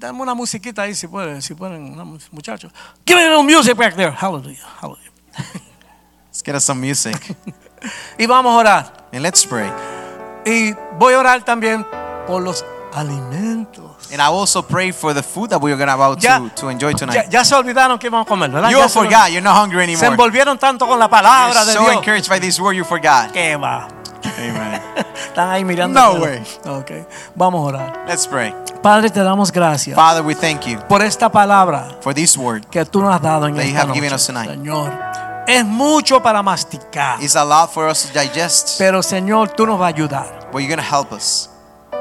Speaker 2: Dame una musiquita ahí si pueden, si pueden, una mu- muchachos. Give me a little music back there. Hallelujah, hallelujah.
Speaker 1: Let's get us some music
Speaker 2: Y vamos a orar.
Speaker 1: and let's pray.
Speaker 2: Y voy a orar también por los alimentos.
Speaker 1: And I also pray for the food that we are going to about
Speaker 2: Ya-
Speaker 1: to, to enjoy tonight.
Speaker 2: Ya, ya se olvidaron que vamos a comer, ¿verdad?
Speaker 1: you
Speaker 2: Ya
Speaker 1: all
Speaker 2: se olvidaron.
Speaker 1: forgot. You're not hungry
Speaker 2: Se
Speaker 1: anymore.
Speaker 2: envolvieron tanto con la palabra
Speaker 1: You're
Speaker 2: de
Speaker 1: so
Speaker 2: Dios.
Speaker 1: encouraged by this word you forgot.
Speaker 2: Que va.
Speaker 1: Amen.
Speaker 2: Están ahí mirando.
Speaker 1: No
Speaker 2: el reloj.
Speaker 1: way.
Speaker 2: Ok, vamos a orar.
Speaker 1: Let's pray.
Speaker 2: Padre, te damos gracias
Speaker 1: Father, we thank you
Speaker 2: por esta palabra.
Speaker 1: for this word.
Speaker 2: que tú nos has dado en
Speaker 1: That you
Speaker 2: esta
Speaker 1: have given
Speaker 2: noche,
Speaker 1: us tonight.
Speaker 2: Señor. Es mucho para masticar,
Speaker 1: It's a lot for us to digest,
Speaker 2: pero Señor, tú nos vas a ayudar.
Speaker 1: but you're going to help us.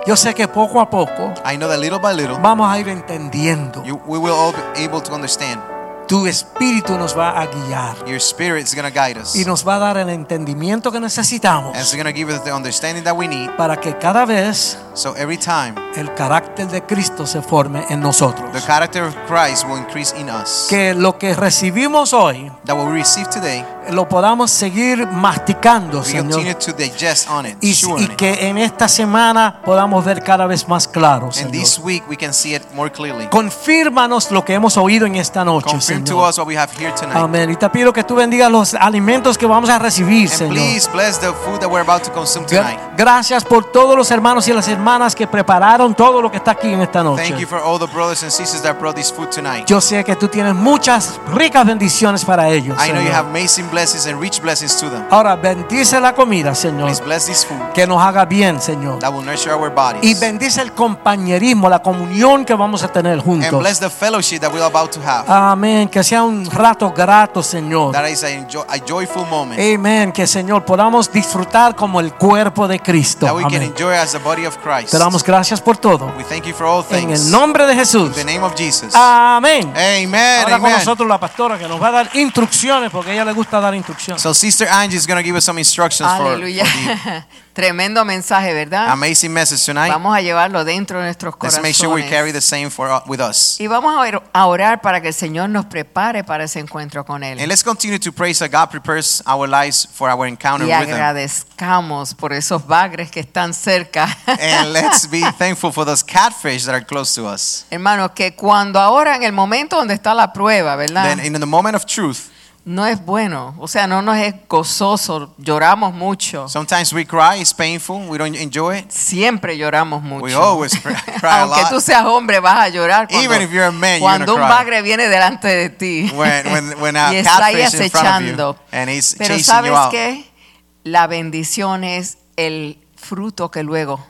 Speaker 2: Yo sé que poco a poco
Speaker 1: I know that little by little,
Speaker 2: vamos a ir entendiendo.
Speaker 1: you, we will all be able to understand.
Speaker 2: Tu espíritu nos va a guiar
Speaker 1: Your spirit is going to guide us,
Speaker 2: y
Speaker 1: and
Speaker 2: nos va a dar el entendimiento que necesitamos
Speaker 1: it's going to give us the understanding that we need.
Speaker 2: para que cada vez
Speaker 1: So every time,
Speaker 2: el carácter de Cristo se forme en nosotros.
Speaker 1: the character of Christ will increase in us.
Speaker 2: Que lo que recibimos hoy
Speaker 1: That what we receive today,
Speaker 2: lo podamos seguir masticando,
Speaker 1: we continue
Speaker 2: Señor.
Speaker 1: to digest on it,
Speaker 2: Y,
Speaker 1: chew on
Speaker 2: y
Speaker 1: it.
Speaker 2: que en esta semana podamos ver cada vez más claro,
Speaker 1: And
Speaker 2: Señor.
Speaker 1: this week we can see it more clearly.
Speaker 2: Confírmanos lo que hemos oído en esta noche,
Speaker 1: Confirm to
Speaker 2: Señor.
Speaker 1: us what we have here tonight.
Speaker 2: Amén. Y te pido que tú bendigas los alimentos que vamos a recibir,
Speaker 1: And
Speaker 2: Señor.
Speaker 1: please bless the food that we're about to consume tonight.
Speaker 2: Gra- Gracias por todos los hermanos y las hermanas que prepararon todo lo que está aquí en esta
Speaker 1: Thank you
Speaker 2: noche.
Speaker 1: for all the brothers and sisters that brought this food tonight.
Speaker 2: Yo sé que tú tienes muchas ricas bendiciones para ellos.
Speaker 1: I know you
Speaker 2: Señor.
Speaker 1: have amazing blessings and rich blessings to them.
Speaker 2: Ahora bendice la comida, Señor,
Speaker 1: Please bless this food
Speaker 2: que nos haga bien, Señor.
Speaker 1: that will nurture our
Speaker 2: Y
Speaker 1: bodies. And
Speaker 2: bendice el compañerismo, la comunión que vamos a tener juntos.
Speaker 1: bless the fellowship that we're about to have.
Speaker 2: Ah. Amén. Que sea un rato grato, Señor.
Speaker 1: That is a, enjo- a joyful moment
Speaker 2: Amén, que Señor podamos disfrutar como el cuerpo de Cristo.
Speaker 1: that we can
Speaker 2: Amén.
Speaker 1: enjoy as the body of Christ.
Speaker 2: Te damos gracias por todo.
Speaker 1: We thank you for all
Speaker 2: En el
Speaker 1: things. In
Speaker 2: nombre de Jesús.
Speaker 1: the name of Jesus.
Speaker 2: Amén.
Speaker 1: Amen.
Speaker 2: Ahora con
Speaker 1: Amen.
Speaker 2: nosotros la pastora que nos va a dar instrucciones porque a ella le gusta dar instrucciones.
Speaker 1: So Sister Angie is going to give us some instructions for, for
Speaker 3: Aleluya.
Speaker 1: the
Speaker 3: Tremendo mensaje, ¿verdad?
Speaker 1: amazing message tonight.
Speaker 3: Vamos a llevarlo dentro de nuestros
Speaker 1: Let's
Speaker 3: corazones.
Speaker 1: make sure we carry the same for uh, with us.
Speaker 3: y vamos a or- a orar para que el Señor nos prepare para ese encuentro con Él.
Speaker 1: And let's continue to praise that God prepares our lives for our encounter
Speaker 3: y
Speaker 1: with Him.
Speaker 3: agradezcamos por esos bagres que están cerca.
Speaker 1: And let's be thankful for those catfish that are close to us.
Speaker 3: Hermanos, que cuando ahora en el momento donde está la prueba, ¿verdad?
Speaker 1: Then, in the moment of truth,
Speaker 3: no es bueno, o sea, no nos es gozoso, lloramos mucho,
Speaker 1: sometimes we cry, it's painful, we don't enjoy it.
Speaker 3: siempre lloramos mucho.
Speaker 1: We always cry a
Speaker 3: Aunque tú
Speaker 1: lot.
Speaker 3: seas hombre, vas a llorar cuando,
Speaker 1: Even if you're a man, you're
Speaker 3: cuando
Speaker 1: gonna
Speaker 3: un
Speaker 1: cry.
Speaker 3: bagre viene delante de ti
Speaker 1: When, when, when
Speaker 3: y
Speaker 1: a
Speaker 3: está ahí
Speaker 1: catfish in front of you
Speaker 3: acechando.
Speaker 1: and he's
Speaker 3: Pero
Speaker 1: chasing
Speaker 3: sabes
Speaker 1: you out.
Speaker 3: qué, la bendición es el fruto que luego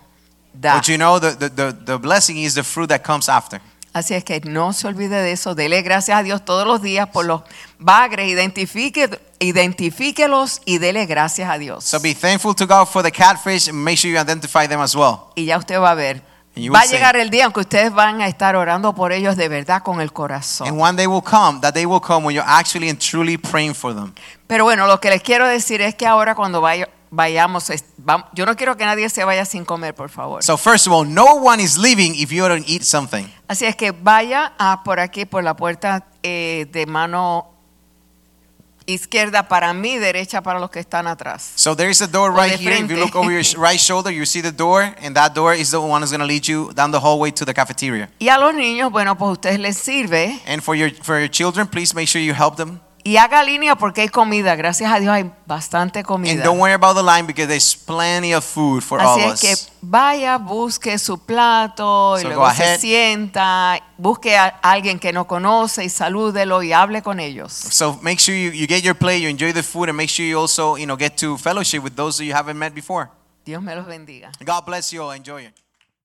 Speaker 3: da.
Speaker 1: But you know, the, the, the, the blessing is the fruit that comes after.
Speaker 3: Así es que no se olvide de eso. Dele gracias a Dios todos los días por los bagres. Identifique, identifíquelos y dele gracias a Dios.
Speaker 1: So be thankful to God for the catfish and make sure you identify them as well.
Speaker 3: y ya usted va a ver.
Speaker 1: And you
Speaker 3: Va a
Speaker 1: will see.
Speaker 3: llegar el día en que ustedes van a estar orando por ellos de verdad con el
Speaker 1: And
Speaker 3: corazón.
Speaker 1: one day will come, that day will come when you're actually and truly praying for them.
Speaker 3: Pero bueno, lo que les quiero decir es que ahora cuando vaya- vayamos, es- vam- yo no quiero que nadie se vaya sin comer, por favor.
Speaker 1: So first of all, no one is leaving if you don't eat something.
Speaker 3: Así es que vaya a por aquí, por la puerta eh, de mano izquierda para mí, derecha para los que están atrás.
Speaker 1: So there is a door
Speaker 3: O
Speaker 1: right
Speaker 3: de
Speaker 1: here. If you
Speaker 3: frente.
Speaker 1: look over your sh- right shoulder, you see the door, and that door is the one that's going to lead you down the hallway to the cafeteria.
Speaker 3: Y a los niños, bueno, pues a ustedes les sirve.
Speaker 1: And for your for your children, please make sure you help them.
Speaker 3: Y haga línea porque hay comida. Gracias a Dios hay bastante
Speaker 1: And
Speaker 3: comida.
Speaker 1: don't worry about the line because there's plenty of food for all
Speaker 3: Así
Speaker 1: of
Speaker 3: es que
Speaker 1: us.
Speaker 3: vaya, busque su plato y
Speaker 1: So go
Speaker 3: luego
Speaker 1: ahead.
Speaker 3: se sienta, busque a alguien que no conoce y salúdelo y hable con ellos.
Speaker 1: So make sure you, you get your plate, you enjoy the food, and make sure you also you know get to fellowship with those that you haven't met before.
Speaker 3: Dios me los bendiga.
Speaker 1: God bless you all. Enjoy it.